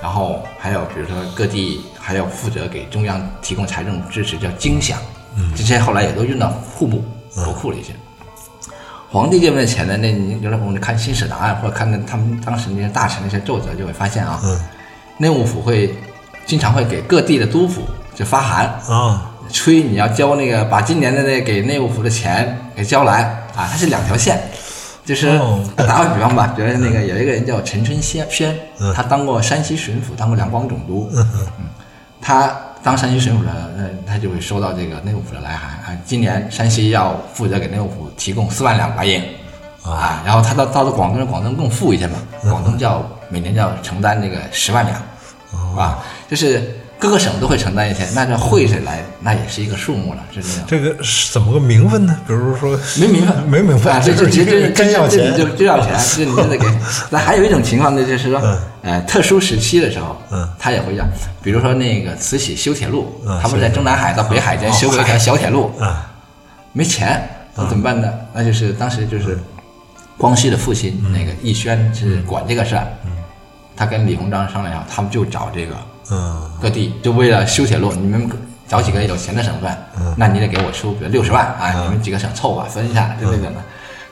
然后还有比如说各地还有负责给中央提供财政支持，叫经饷，
嗯
这些后来也都运到户部国库里去。皇帝这边的钱呢，那你有时候我们看《新史档案》或者看看他们当时那些大臣那些奏折，就会发现啊，
嗯
内务府会经常会给各地的督府就发函，
啊，
催你要交那个把今年的那给内务府的钱给交来啊，它是两条线，就是、
哦
打个比方吧，比如那个有一个人叫陈春仙轩，他当过山西巡抚，当过两广总督，嗯他当山西巡抚的，呃那他就会收到这个内务府的来函啊，今年山西要负责给内务府提供四万两白银。啊，然后他到到了广东，广东更富一些嘛，广东叫每年要承担这个十万两，啊，就是各个省都会承担一些，那这会是来，那也是一个数目了，是这样。
这个是怎么个名分呢？比如说
没明白，
没明白，
啊，这
就
这这这
是真要钱，
就就要钱，这你就 得给。那还有一种情况呢，就是说，呃，特殊时期的时候，
嗯
他也会要，比如说那个慈禧修铁路
嗯，
他们在中南海到北海间
哦
修过一条小铁路，
啊，
没钱，
嗯
那怎么办呢？那就是当时就是光绪的父亲
嗯
那个奕轩是管这个事儿，他跟李鸿章商量，他们就找这个
嗯
各地，就为了修铁路，你们找几个有钱的省份，
嗯
那你得给我出，比如六十万啊，你们几个省凑吧，分一下，就这
嗯
种的。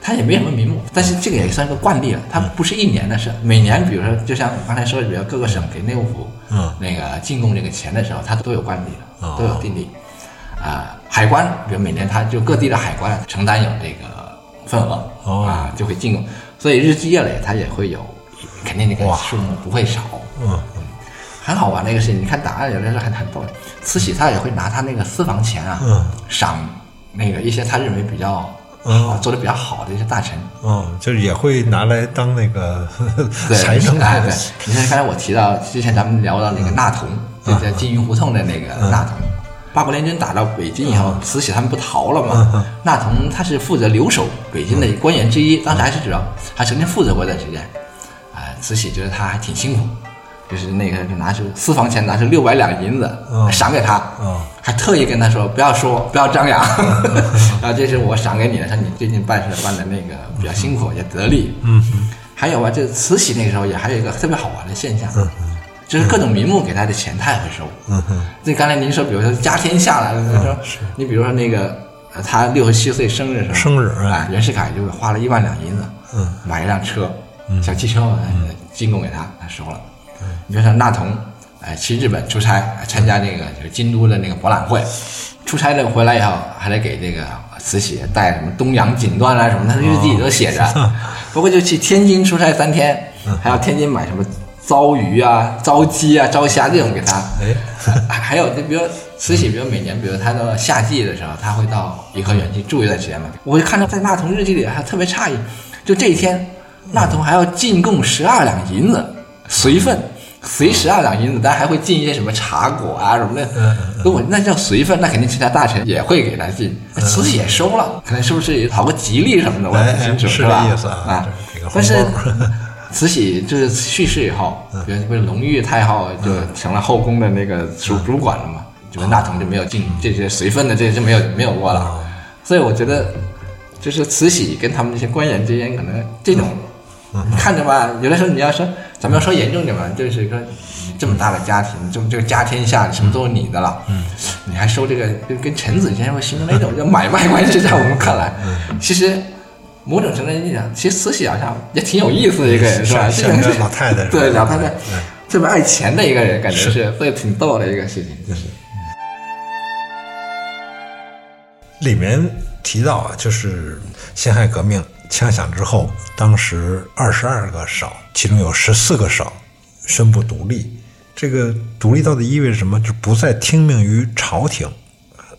他也没什么名目，但是这个也算个惯例了。
嗯
他不是一年的事，每年，比如说，就像刚才说的，比如各个省给内务府，
嗯
那个进贡这个钱的时候，他都有惯例的，
哦
都有定例。啊、海关，比如每年他就各地的海关承担有这个份额，
哦
啊，就会进贡，所以日积月累，他也会有，肯定那个
哇
数目不会少，
嗯
很好玩的一个事情。你看档案有的时候还很逗，慈禧她也会拿她那个私房钱啊，
嗯
赏那个一些她认为比较好、
嗯
做的比较好的一些大臣。
嗯，就是也会拿来当那个
对，
财政
哎，对，你看刚才我提到之前咱们聊到那个纳童，
嗯
就在金云胡同的那个纳童。八国联军打到北京以
嗯
后，慈禧他们不逃了吗？纳童他是负责留守北京的
嗯
官员之一，当时还是主要，还曾经负责过一段时间。啊，慈禧觉得他还挺辛苦，就是那个就拿出私房钱，拿出六百两银子
嗯
赏给他
嗯，
还特意跟他说不要说，不要张扬， 然后这是我赏给你的，说你最近办事办的那个比较辛苦，也得力。嗯，还有啊，这慈禧那个时候也还有一个特别好玩的现象，就是各种名目给他的钱他也会收。嗯
哼，
那刚才您说，比如说家天下来
嗯
了，你说你比如说那个呃他六十七岁生日的时候，
生日哎
啊，袁世凯就花了一万两银子，
嗯，
买一辆车，小汽车嘛，哎进贡给他，他收了。你就像纳童，哎，去日本出差，参加那个就是京都的那个博览会，出差了回来以后，还得给这个慈禧带什么东洋锦缦啊什么，他日记里都写着。
哦
包括就去天津出差三天，
嗯
还要天津买什么糟鱼啊、糟鸡啊、糟虾这种给他。
哎，
还 还有，就比如慈禧，比如每年，比如她到夏季的时候，她会到颐和园去住一段时间嘛。我就看到在纳童日记里还特别诧异，就这一天，纳童还要进贡十二两银子，随份。随十二两银子，但还会进一些什么茶果啊什么
嗯
的。如果那叫随份，那肯定其他大臣也会给他进，
嗯
慈禧也收了，可能是不是也讨个吉利什么的，我
哎
也不清楚，
哎是
吧？
这意思啊
啊
这个，
但是
红包
慈禧就是去世以后，原不是隆裕太后就成了后宫的那个主主管了嘛，就是纳童就没有进这些随份的这些没有没有过
哦
了，
啊
所以我觉得就是慈禧跟他们这些官员之间可能这种。
嗯
你看着吧，有的时候你要说，咱们要说严重点吧，就是说，你这么大的家庭，这么这个家天下，什么都是你的了，嗯，你还收这个，就跟臣子之间会形成了 一种叫买卖关系，在我们看来，
嗯
其实某种程度上讲，其实慈禧好像也挺有意思的一个人，是吧？
像像
这个
个老 太太是吧
对老太太
嗯，
特别爱钱的一个人，感觉是，所以挺逗的一个事情，
嗯
就是
里面提到啊，就是辛亥革命枪响之后，当时二十二个省，其中有十四个省宣布独立。这个独立到底意味着什么？就不再听命于朝廷，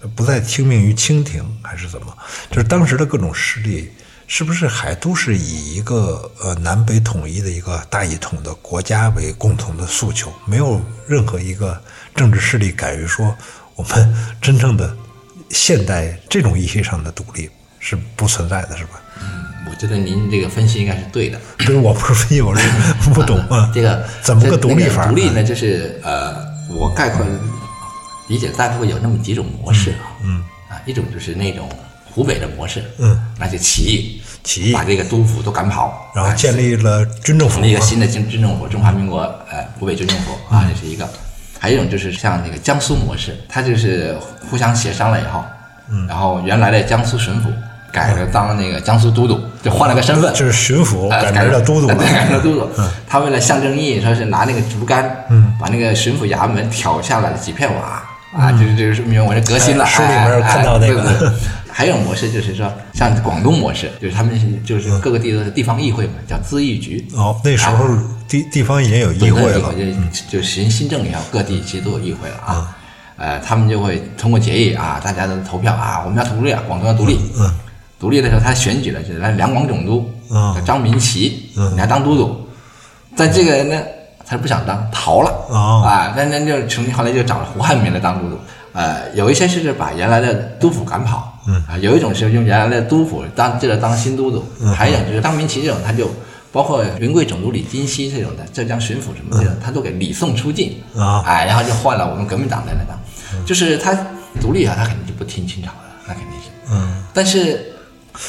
呃不再听命于清廷，还是怎么？就是当时的各种势力，是不是还都是以一个呃南北统一的一个大一统的国家为共同的诉求？没有任何一个政治势力敢于说我们真正的现代这种意义上的独立是不存在的，是吧？
我觉得您这个分析应该是对的，
这是我不是分析，我是不懂啊。
这个
怎么
这
个独立法儿？
那
啊
个独立呢，就是呃，我概括理解大概会有那么几种模式啊。嗯。啊，一种就是那种湖北的模式。
嗯。
那就起义。
起义
把这个督府都赶跑，
然后
啊
建立了军政府啊
那个
嘛
新的军军政府，中华民国呃湖北军政府
嗯
啊，这是一个。还有一种就是像那个江苏模式，它就是互相协商了以后，
嗯
然后原来的江苏巡抚改了当那个江苏都督，就换了个身份，
就是巡抚
呃
改名叫都督啊
对，
了。
改名叫都督。
嗯
他为了象征意义，说是拿那个竹竿，把那个巡抚衙门挑下来了几片瓦，啊，就是就是说明我这革新了。
嗯哎书里
哎
面有
哎
看到那个
对对对还有模式就是说，像广东模式，就是他们是就是各个地的地方议会嘛，叫咨议局。
嗯哦，那时候地地方也有议会了，嗯
就就行新政以后，各地其实都有议会了啊。
嗯
呃，他们就会通过决议啊，大家都投票啊，我们要独立啊，广东要独立。
嗯嗯
独立的时候，他选举了就是来两广总督，
嗯
叫张民奇，
嗯
你还当都督。在这个呢，他他不想当，逃了、
哦
啊！但但就是成天后来就找了胡汉民来当都督。呃，有一些是把原来的督府赶跑，嗯啊，有一种是用原来的督府当接着当新都督，还有一种就是当民旗这种，他就包括云贵总督李金熙这种的浙江巡抚什么这种，他都给李送出境
啊
哎，然后就换了我们革命党的来当，就是他独立啊，他肯定就不听清朝的，那肯定是，
嗯
但是，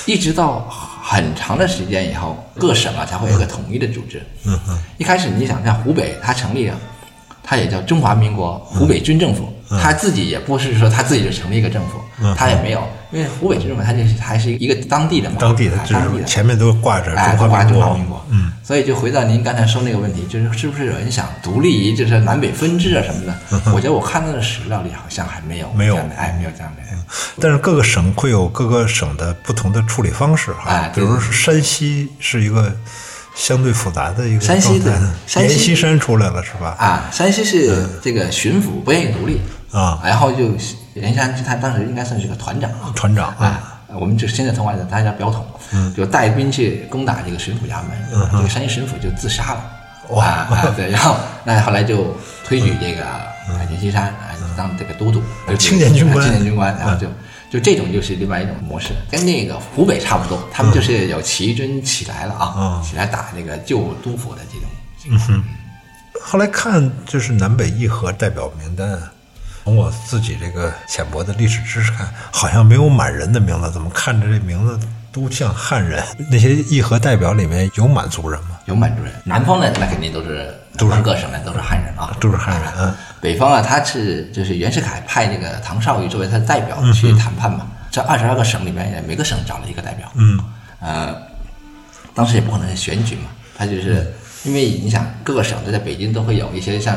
一直到很长的时间以后，各省啊才会有一个统一的组织。
嗯嗯
一开始你想像湖北，它成立了，它也叫中华民国湖北军政府，它自己也不是说它自己就成立一个政府
嗯，
它也没有，因为湖北军政府它就是还是一个当地的嘛，
当地的
哎
就
当地
是
的
前面都挂着
哎，
中
华
华民
中
国，
民国，
嗯，
所以就回到您刚才说那个问题，就是是不是有人想独立于就是南北分治啊什么的？我觉得我看到的史料里好像还没有
嗯没有嗯
这样的，哎，没有这样的。
但是各个省会有各个省的不同的处理方式哈、
哎
比
对
如说山西是一个相对复杂的一个
山西
状态
对山西
阎锡山出来了是吧？
啊，山西是这个巡抚不愿意独立
嗯啊
然后就阎锡山他当时应该算是个团长啊，
船长嗯啊，
啊，我们就现在通话讲他叫表统，就带兵去攻打这个巡抚衙门，这个山西巡抚就自杀了。
嗯哇嗯
啊啊对，然后那后来就推举这个阎锡山啊当这个都督，就
青年军官嗯
啊青年军官，然后就就这种就是另外一种模式，跟那个湖北差不多，他们就是有起义军起来了啊
嗯，
起来打那个旧都府的这种。
后来看就是南北议和代表名单啊，从我自己这个浅薄的历史知识看，好像没有满人的名字，怎么看着这名字都像汉人？那些议和代表里面有满族人吗？
有满族人，南方的那肯定都是
都是
南方各省的都是汉人啊，
都是汉人嗯
北方啊，他是就是袁世凯派那个唐绍仪作为他的代表
嗯
去谈判嘛，这二十二个省里面，每个省找了一个代表，嗯，呃，当时也不可能是选举嘛，他就是因为你想各个省都在北京都会有一些像。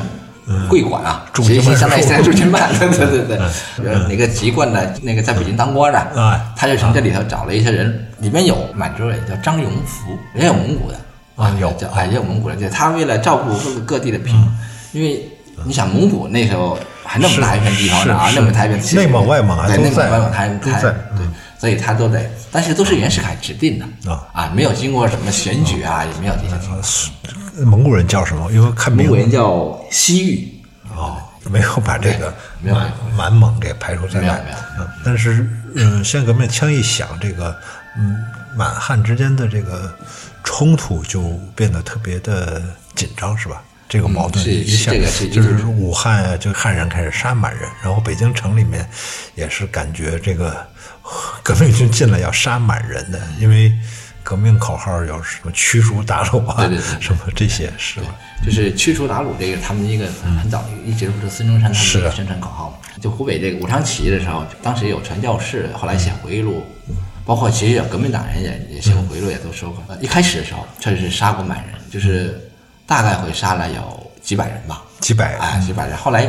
会馆啊，
嗯驻嗯京
其实
办
相当于
事
现
处
在驻京 办，对对对对，呃哪个籍贯的，那个在北京当官的，
哎
他就从这里头找了一些人，里面有满洲人，叫张永福，也有蒙古的
啊有
叫哎也有蒙古人，对，他为了照顾各个各地的贫，
嗯
因为你想蒙古那时候还那么大一片地方呢啊，
是是
那么大一片地方，
内蒙外蒙还
对
都
内蒙
在
外蒙还
都
还
在嗯
对，所以他都得，但是都是袁世凯指定的
啊
啊，没有经过什么选举啊，也没有这些情况。
呃蒙古人叫什么？因为看
蒙
名
古
字
人叫西域，
哦，没有把这个
哎没有
满满蒙给排除在
没有
外
没有。
嗯，但是，嗯，现在革命枪一响，这个嗯满汉之间的这个冲突就变得特别的紧张，是吧？这个矛盾
嗯是
一
是
下
这个是
就是武汉啊，就汉人开始杀满人，然后北京城里面也是感觉这个呵革命军进来要杀满人的，
嗯
因为革命口号有什么驱逐鞑虏啊
对对对，
什么这些是吧？
就是驱除鞑虏这个他们一个很早一直不是孙中山他
嗯是
们
啊
的宣传口号嘛？就湖北这个武昌起义的时候，当时有传教士，后来写
嗯
回忆录，包括其实有革命党人也也写过回忆录，也都说过，呃一开始的时候确实是杀过满人，就是
嗯
大概会杀了有几百人吧，
几百人
哎，几百人。后来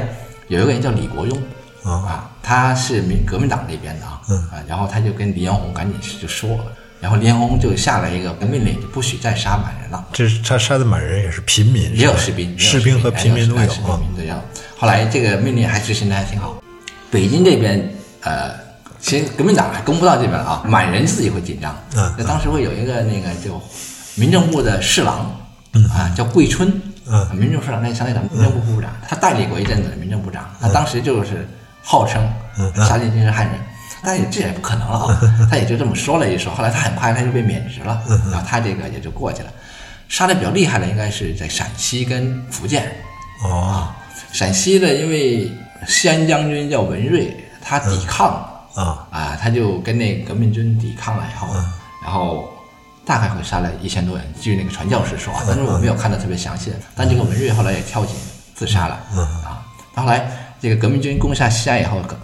有一个人叫李国庸，
啊嗯
啊，他是民革命党那边的啊，啊，然后他就跟黎元洪赶紧就说了，然后黎元洪就下了一个命令，就不许再杀满人了。
这是他杀的满人也是平民，
也有
是
士
吧
兵，也有
士兵和平民都
哎
有
士
啊
兵。都有。后来这个命令还执行的还挺好。北京这边，呃，其实革命党还攻不到这边啊，满人自己会紧张。
嗯
那当时会有一个那个就民政部的侍郎，啊，叫桂春，啊
嗯
民政部侍郎那相当于咱们民政部部长，他代理过一阵子的民政部
嗯
长，他当时就是号称杀进军是汉人。但也这也不可能了
嗯
啊！他也就这么说了一说，后来他很快他就被免职了，然后他这个也就过去了。杀的比较厉害的应该是在陕西跟福建，
哦
陕西的，因为西安将军叫文瑞，他抵抗、
啊，
啊，他就跟那革命军抵抗了以后，
嗯
然后大概会杀了一千多人，据那个传教士说
嗯
啊，但是我没有看到特别详细的。但这个文瑞后来也跳井自杀了、
嗯
啊。后来这个革命军攻下西安以后，革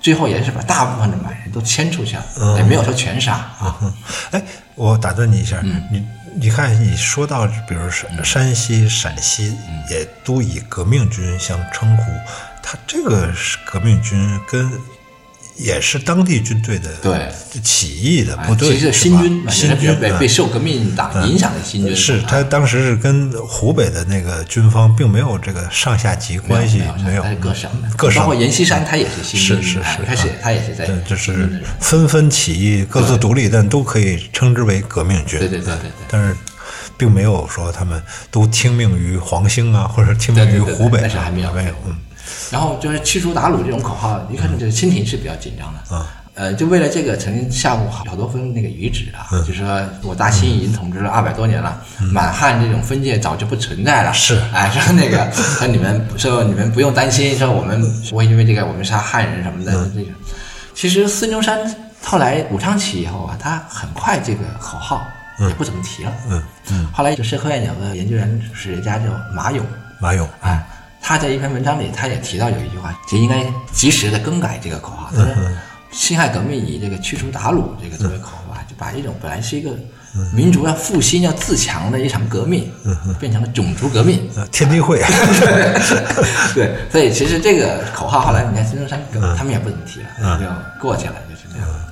最后也是把大部分的满人都迁出去了，
嗯
也没有说全杀啊。
哎，我打断你一下，
嗯
你你看，你说到比如山山西、陕西也都以革命军相称呼，他这个是革命军跟也是当地军队的
对
起义的
啊
部队，
其实
是
新
吧
军，
新军
被
啊
被受革命党影响的新军
是
啊
他当时是跟湖北的那个军方并没有这个上下级关系，没
没
有
它是各省的，
各省
包括阎锡山，他也是新
是
兵
是
哎
是
他是
啊
他也是在
对，就
新兵的
是
人
纷纷起义，各自独立，但都可以称之为革命军。
对对对对对
但是并没有说他们都听命于黄兴啊，或者听
对
命
对
于
对对
湖北啊，
但是还没有
没有，嗯，
然后就是驱逐鞑虏这种口号，一开始这清廷是比较紧张的。
啊
呃，就为了这个，曾经下过好多份那个谕旨啊，
嗯
就说我大清已经统治了二百多年了，满汉这种分界早就不存在了。
是
哎，说那个， 说你们，说你们不用担心，说我们不会因为这个我们杀汉人什么的。
嗯
这种，其实孙中山后来武昌起义以后啊，他很快这个口号也不怎么提了。
嗯
嗯。后来就社科院有个研究员史学家叫马勇，
马勇，
啊，他在一篇文章里，他也提到有一句话，就应该及时的更改这个口号。他说，辛亥革命以这个驱除鞑虏这个作为口号啊，就把一种本来是一个民族要复兴、要自强的一场革命，变成了种族革命。
呃天地会，
对，所以其实这个口号后来你看孙中山跟他们也不怎么提了，就过去了，就是这样。嗯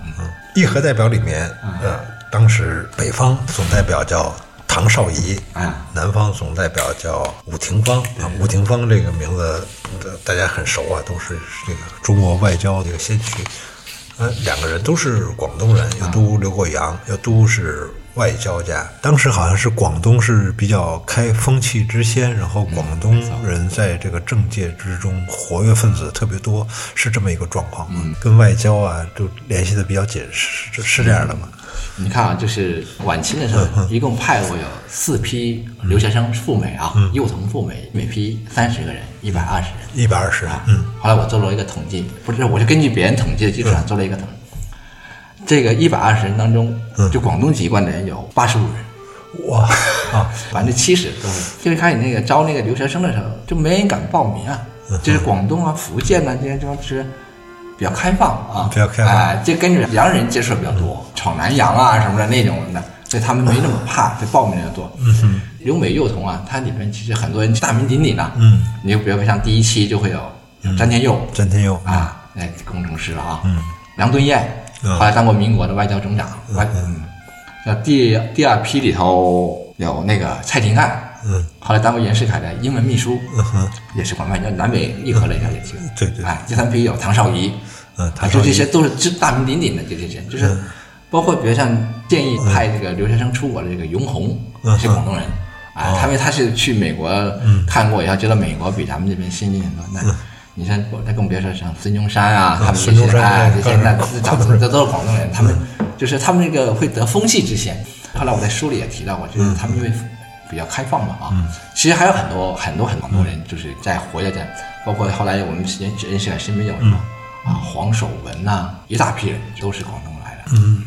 义和代表里面，呃，当时北方总代表叫唐绍仪，
啊
南方总代表叫伍廷芳啊。伍廷芳这个名字呃大家很熟啊，都是这个中国外交这个先驱。呃，两个人都是广东人，有都留过洋，有都是外交家。当时好像是广东是比较开风气之先，然后广东人在这个政界之中活跃分子特别多，是这么一个状况吗？跟外交啊都联系的比较紧，是是是这样的吗？
你看啊，就是晚清的时候，一共派过有四批留学生赴美啊，幼童赴美，每批三十个人，一百二十人。
一百二十，
啊，
嗯，
后来我做了一个统计，不是，我是根据别人统计的基础上做了一个统计。这个一百二十人当中，
嗯
就广东籍贯的人有八十五人，
哇啊，
百分之七十都是。就是开始那个招那个留学生的时候，就没人敢报名啊，
嗯
就是广东啊、福建啊这些地方是比较开放啊，
嗯比较开放嗯
哎，就跟着洋人接触的比较多，闯南洋啊什么的那种的，所以他们没那么 怕，就报名的多。嗯哼，留美幼童啊，它里面其实很多人大名鼎鼎的，
嗯，
你就比如说像第一期就会有有詹天佑，
詹天佑，
啊，那工程师了啊，嗯，梁敦彦，
嗯
后来当过民国的外交总长，外嗯，那第第二批里头有那个蔡廷锵，
嗯，
后来当过袁世凯的英文秘书，
嗯哼，
也是管外交南北议和了一下也行，
对对
哎，第三批有唐绍仪，
嗯唐
啊
绍
就
仪
这些都是知大名鼎鼎的，就这些，就是
嗯
包括比如像建议派这个留学生出国的这个袁弘
嗯哦
是广东人。啊，他因为他是去美国看过以后，觉得美国比咱们这边先进很多。那
嗯
你像那更别说像孙中山啊，他们这
孙中
些
山
哎
对
这些
当
那
然
这这这都是广东人，他们就是他们那个会得风气之嫌。后来我在书里也提到过，就是他们因为比较开放嘛啊，其实还有很多很多很多广东人就是在活跃在，包括后来我们人人学身边有什么啊黄守文呐、一大批人都是广东来的。
嗯，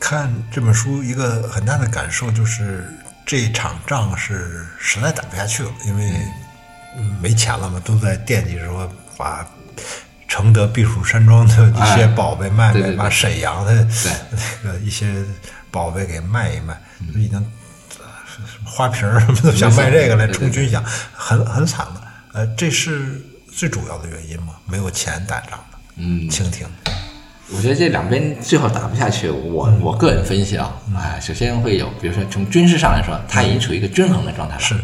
看这本书一个很大的感受就是，这场仗是实在打不下去了，因为嗯没钱了嘛，都在惦记着说把承德避暑山庄的一些
哎
宝贝卖
对
卖，
对对
把沈阳的
对
那个一些宝贝给卖一卖，
嗯
就已经呃什么花瓶儿什么都想卖这个来
对对对
充军军饷，很很惨的。呃，这是最主要的原因嘛，没有钱打仗的。嗯，清廷，
我觉得这两边最后打不下去，我我个人分析啊，哎，首先会有，比如说从军事上来说，它已经处于一个均衡的状态了。
是，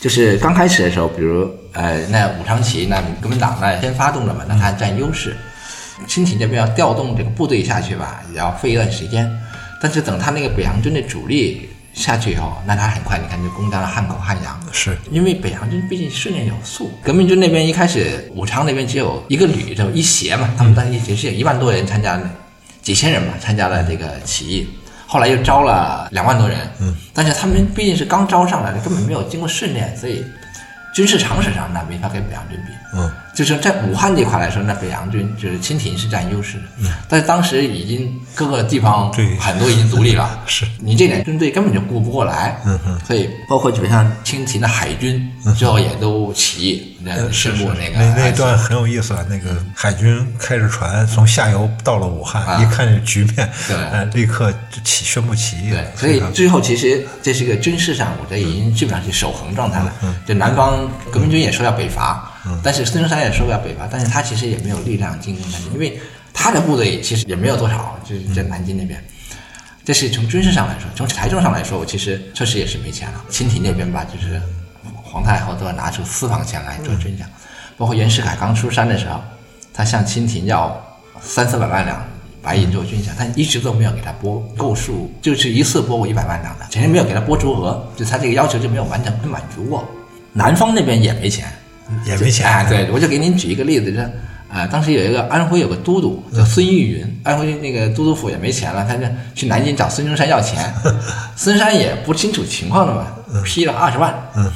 就是刚开始的时候，比如呃，那武昌起义，那革命党那先发动了嘛，那它占优势。清廷这边要调动这个部队下去吧，也要费一段时间。但是等他那个北洋军的主力下去以后，那他很快，你看就攻占了汉口、汉阳。
是
因为北洋军毕竟训练有素，革命军那边一开始武昌那边只有一个旅，就一协嘛，他们当时也是有一万多人参加的，几千人吧参加了这个起义，后来又招了两万多人，嗯，但是他们毕竟是刚招上来的，根本没有经过训练，所以军事常识上那没法跟北洋军比，
嗯，
就是在武汉这块来说，那北洋军就是清廷是占优势的，但是当时已经各个地方
对
很多已经独立 了，
是
你这点军队根本就顾不过来，嗯哼，所以包括基本上清廷的海军最后也都起义，那
嗯呃是
宣布
那
那个嗯
那段很有意思啊。那个海军开着船从下游到了武汉，
啊
一看这局面，
对
呃，立刻就起宣布起义了
对，所以最后其实这是一个军事上，我觉得已经基本上是守恒状态了。
嗯
就南方革命军也说要北伐，但是孙中山也说要北伐，但是他其实也没有力量进攻南京，因为他的部队其实也没有多少，就是
嗯
在南京那边。这是从军事上来说，从财政上来说，我其实确实也是没钱了。清廷这边吧，就是皇太后都要拿出私房钱来做军饷，包括袁世凯刚出山的时候，他向清廷要三四百万两白白银做军饷，他一直都没有给他拨够数，就是一次拨过一百万两的，肯定没有给他拨足额，就他这个要求就没有完整满足过。南方那边也没钱，
也没钱
哎，对，我就给您举一个例子，就是呃，当时有一个安徽有个都督叫孙玉云，安徽那个都督府也没钱了，他就去南京找孙中山要钱，孙中山也不清楚情况了嘛，批了二十万，
嗯，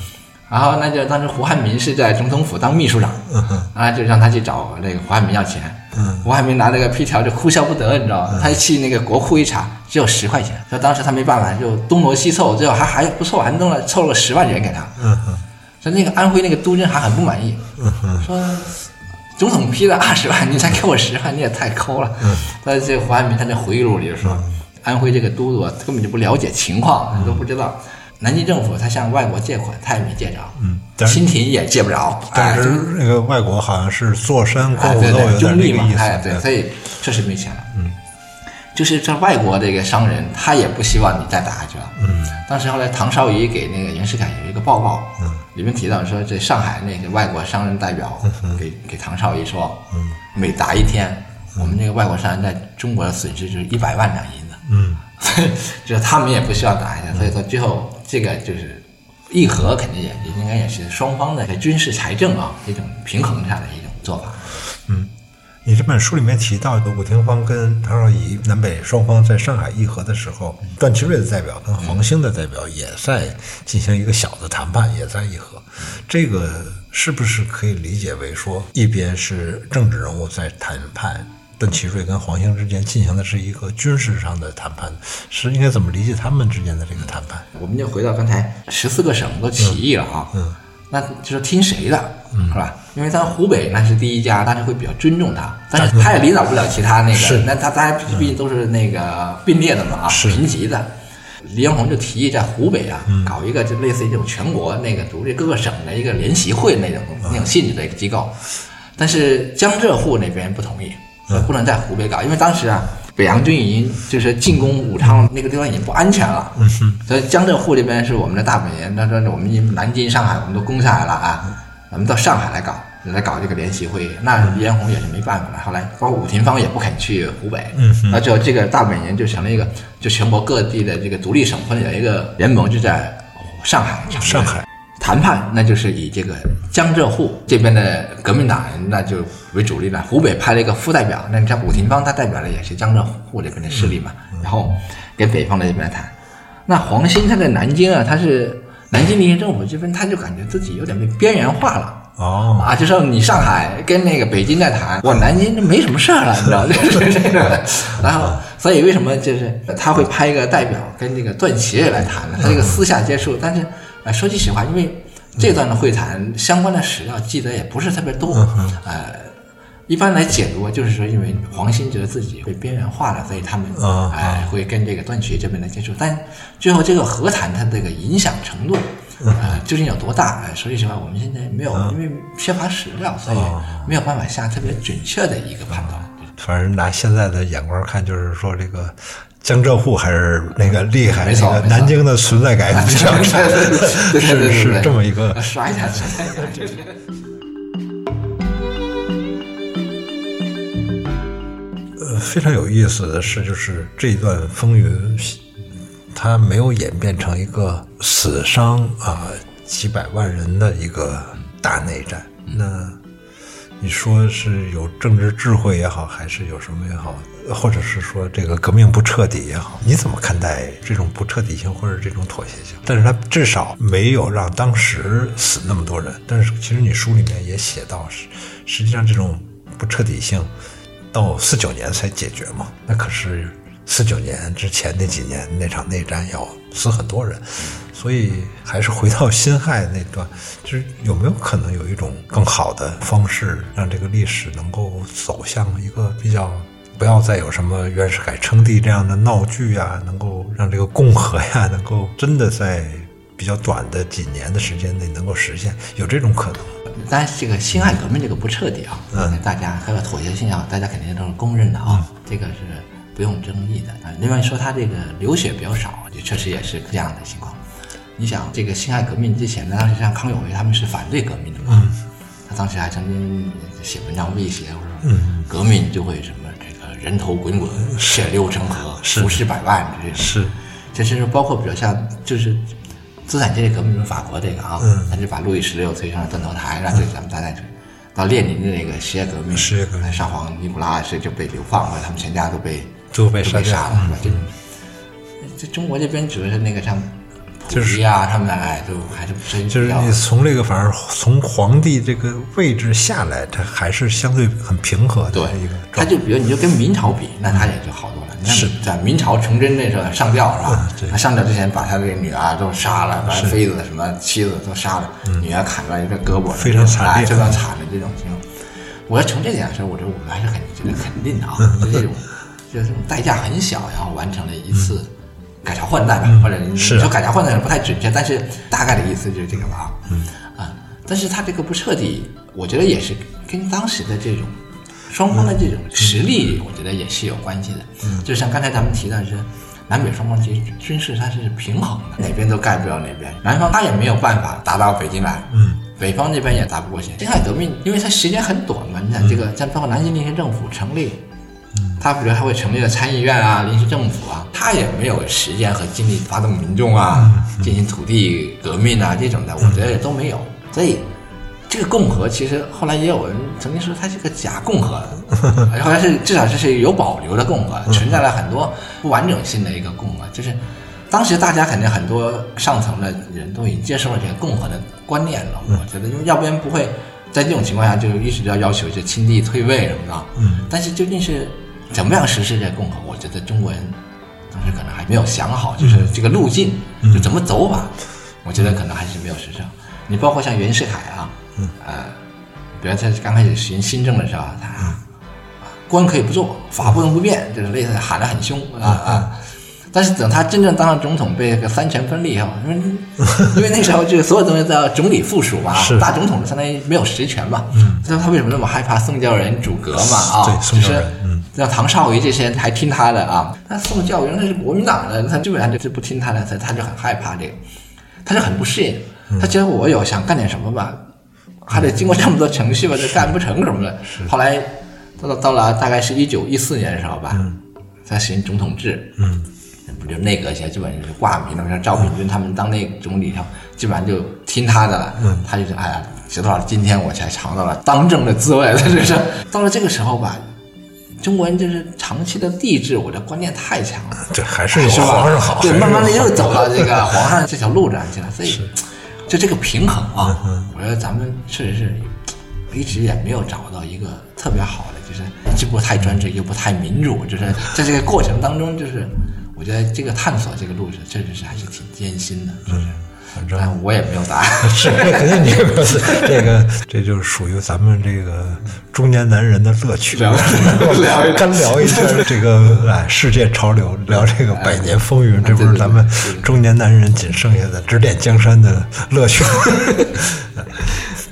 然后那就当时胡汉民是在总统府当秘书长，
嗯
啊，就让他去找那个胡汉民要钱，胡汉民拿那个批条就哭笑不得，你知道吗？他去那个国库一查，只有十块钱，所以当时他没办法，就东挪西凑，最后还还不错，还弄了凑了十万元给他，
嗯哼
所以那个安徽那个督军还很不满意，
嗯哼，
说总统批了二十万，你才给我十万，你也太抠了。但是这胡汉民他那回忆录里就说，安徽这个都督啊根本就不了解情况，你都不知道。南京政府他向外国借款，他也没借着，
嗯但是
清廷也借不着，
但
哎就是
那个外国好像是坐山观
哎，
虎
对
斗，
对，
有
中
点
立
这
嘛
个意，
哎，对，
思。啊
所以确实没钱了。嗯，就是这外国这个商人，他也不希望你再打下去了。嗯，当时后来唐绍仪给那个袁世凯有一个报告，嗯，里面提到说，这上海那个外国商人代表给给唐绍仪说，嗯，每打一天，我们这个外国商人在中国的损失就是一百万两银子。
嗯，
所以 就是他们也不需要打一下，所以说最后这个就是议和，肯定也也应该也是双方的军事财政啊一种平衡下的一种做法。
你这本书里面提到的伍廷芳跟唐绍仪南北双方在上海议和的时候，段祺瑞的代表跟黄兴的代表也在进行一个小的谈判，也在议和。这个是不是可以理解为说，一边是政治人物在谈判，段祺瑞跟黄兴之间进行的是一个军事上的谈判？是应该怎么理解他们之间的这个谈判？
我们就回到刚才十四个省都起义了啊，
嗯
那就是听谁的，是吧？因为他湖北那是第一家，大家会比较尊重他，但是他也领导不了其他那个，
是
那他大家毕竟都是那个并列的嘛啊，
是嗯
平级的。黎元洪就提议在湖北啊、搞一个就类似于这种全国那个独立各个省的一个联席会那种、那种性质的一个机构，但是江浙沪那边不同意，
嗯
不能在湖北搞，因为当时啊，北洋军已经就是进攻武昌那个地方已经不安全了，
嗯
所以江浙沪这边是我们的大本营，那那我们已经南京、上海我们都攻下来了啊，咱们到上海来搞，来搞这个联席会议，那黎元洪也是没办法了，后来包括伍廷芳也不肯去湖北，
嗯
那就这个大本营就成了一个就全国各地的这个独立省份的一个联盟，就在上海，
上海。
谈判，那就是以这个江浙沪这边的革命党人那就为主力了。湖北派了一个副代表，那你像伍廷芳，他代表的也是江浙沪这边的势力嘛，然后跟北方的这边谈。那黄兴他在南京啊，他是南京临时政府这边，他就感觉自己有点被边缘化了。
哦，
啊，就说你上海跟那个北京在谈，我南京就没什么事儿了，你知道， 就是这个。然后，所以为什么就是他会派一个代表跟这个段祺瑞来谈呢？他这个私下接触，但是呃，说句实话，因为这段的会谈相关的史料记得也不是特别多，呃，一般来解读就是说，因为黄兴觉得自己被边缘化了，所以他们
啊啊
哎会跟这个段祺瑞这边的接触，但最后这个和谈它这个影响程度。呃，究竟有多大？哎，说句实话，我们现在没有，因为缺乏史料，所以没有办法下特别准确的一个判断。
反正拿现在的眼光看，就是说这个江浙沪还是那个厉害，
没错
那
没
个
错
南京的存在感比较差，
对对对对
是
对对
是这么一个
刷一下，刷一下，就是
呃非常有意思的是，就是这一段风云，它没有演变成一个死伤啊、几百万人的一个大内战。那你说是有政治智慧也好，还是有什么也好，或者是说这个革命不彻底也好，你怎么看待这种不彻底性或者这种妥协性？但是它至少没有让当时死那么多人。但是其实你书里面也写到，实实际上这种不彻底性到四九年才解决嘛，那可是四九年之前那几年那场内战要死很多人，所以还是回到辛亥那段，就是有没有可能有一种更好的方式，让这个历史能够走向一个比较。不要再有什么袁世凯称帝这样的闹剧呀、能够让这个共和呀，能够真的在比较短的几年的时间内能够实现，有这种可能吗？
当然，这个辛亥革命这个不彻底啊，
嗯
大家还有妥协性啊，大家肯定都是公认的啊，这个是不用争议的啊。另外说他这个流血比较少，也确实也是这样的情况。你想，这个辛亥革命之前呢，当时像康有为他们是反对革命的嘛，
嗯
他当时还曾经写文章威胁，我说革命就会什么这个人头滚滚，血流成河，
嗯是
浮尸百万这种。
是，
这甚至包括比如像就是资产阶级革命中法国这个啊，
嗯
他就把路易十六推上了断头台，让这咱们大家去。到列宁的那个十月革命，
十月革命
沙皇尼古拉是就被流放了，他们全家都被
都被杀
杀
掉嗯
了，是吧？这这中国这边主要是那个像溥
就是
仪啊，他们哎，就还是真
就是你从这个反正从皇帝这个位置下来，它还是相对很平和的
对
一个，
他
状态。
就比如你就跟明朝比，那他也就好多了。你看
是
在明朝崇祯那时候上吊是吧
嗯？对
他上吊之前把他这个女儿都杀了，把妃子什么妻子都杀了，女儿砍断一个胳膊，
嗯非常惨烈
哎非常惨的这种情况。我要从这点说，我觉得我们还是很这个肯定 的啊，就这种就是这种代价很小，然后完成了一次改朝换代吧，或者你
嗯是啊
说改朝换代不太准确，但是大概的意思就是这个吧。嗯啊，但是他这个不彻底，我觉得也是跟当时的这种双方的这种实力，我觉得也是有关系的。嗯，就像刚才咱们提到的是。南北双方其实军事它是平衡的，哪边都盖不了哪边，南方他也没有办法打到北京来，
嗯，
北方这边也打不过去。辛亥革命，因为它时间很短嘛，你想这个，像包括南京临时政府成立，他比如他会成立了参议院啊、临时政府啊，他也没有时间和精力发动民众啊，进行土地革命啊这种的，我觉得也都没有。所以这个共和其实后来也有人曾经说它是个假共和，后来是至少这是有保留的共和，存在了很多不完整性的一个共和，就是。当时大家肯定很多上层的人都已经接受了这个共和的观念了，我觉得，因为要不然不会在这种情况下就一直要要求就亲帝退位什么的。
嗯，
但是究竟是怎么样实施这个共和，我觉得中国人当时可能还没有想好，就是这个路径、就怎么走法，我觉得可能还是没有实施好。你包括像袁世凯啊，嗯，呃，比如他刚开始实行新政的时候，他、官可以不做，法不能不变，就是类似喊得很凶啊啊。但是等他真正当上总统，被这个三权分立以后，因 为因为那时候就是所有东西都要总理附属嘛
是，
大总统相当于没有实权嘛。嗯，他他为什么那么害怕宋教仁阻隔嘛？啊，
对宋教仁
就是
嗯
像唐绍仪这些人还听他的啊，那宋教仁那是国民党的，他基本上就是不听他的，他他就很害怕这个，他就很不适应，
嗯
他觉得我有想干点什么吧，还得经过这么多程序吧，这干不成什么的。
嗯
后来到了到了大概是一九一四年的时候吧，他实行总统制，
嗯，
不就内阁下基本上就是挂名了，像赵秉钧他们当内总理以后，基本上就听他的了，嗯，他就是哎呀，直到今天我才尝到了当政的滋味 了，就是到了这个时候吧。中国人就是长期的帝制，我的观念太强了，
这还是有
哎是吧？
皇上好，
对，
还是有
慢慢的
皇
又
上
走到这个皇上这条路上去了，所以就这个平衡
嗯
啊，我觉得咱们确实是一直也没有找到一个特别好的，就是既不太专制又不太民主，就是在这个过程当中，就是我觉得这个探索这个路是确实是还是挺艰辛的，就是，
嗯反正
但我也没有答案。
是，肯定你这个这个，这就是属于咱们这个中年男人的乐趣，
聊 聊一
干聊一下这个哎世界潮流，聊这个百年风云，这不是咱们中年男人仅剩下的指点江山的乐趣。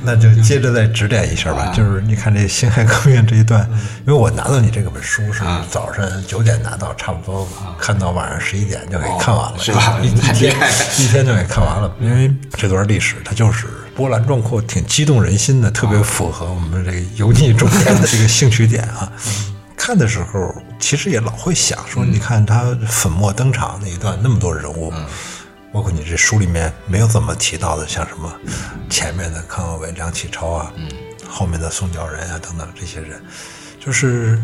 那就接着再指点一下吧，就是你看这辛亥革命这一段，因为我拿到你这个本书是早上九点拿到，差不多看到晚上十一点就给看完了，
是吧
一
太厉害了
一天就给看完了，因为这段历史它就是波澜壮阔，挺激动人心的，特别符合我们这个油腻中年的这个兴趣点啊。 看的时候，其实也老会想说，
嗯
你看他粉墨登场那一段，那么多人物，包括你这书里面没有怎么提到的，像什么前面的康有为、梁启超啊，
嗯
后面的宋教仁啊等等这些人，就是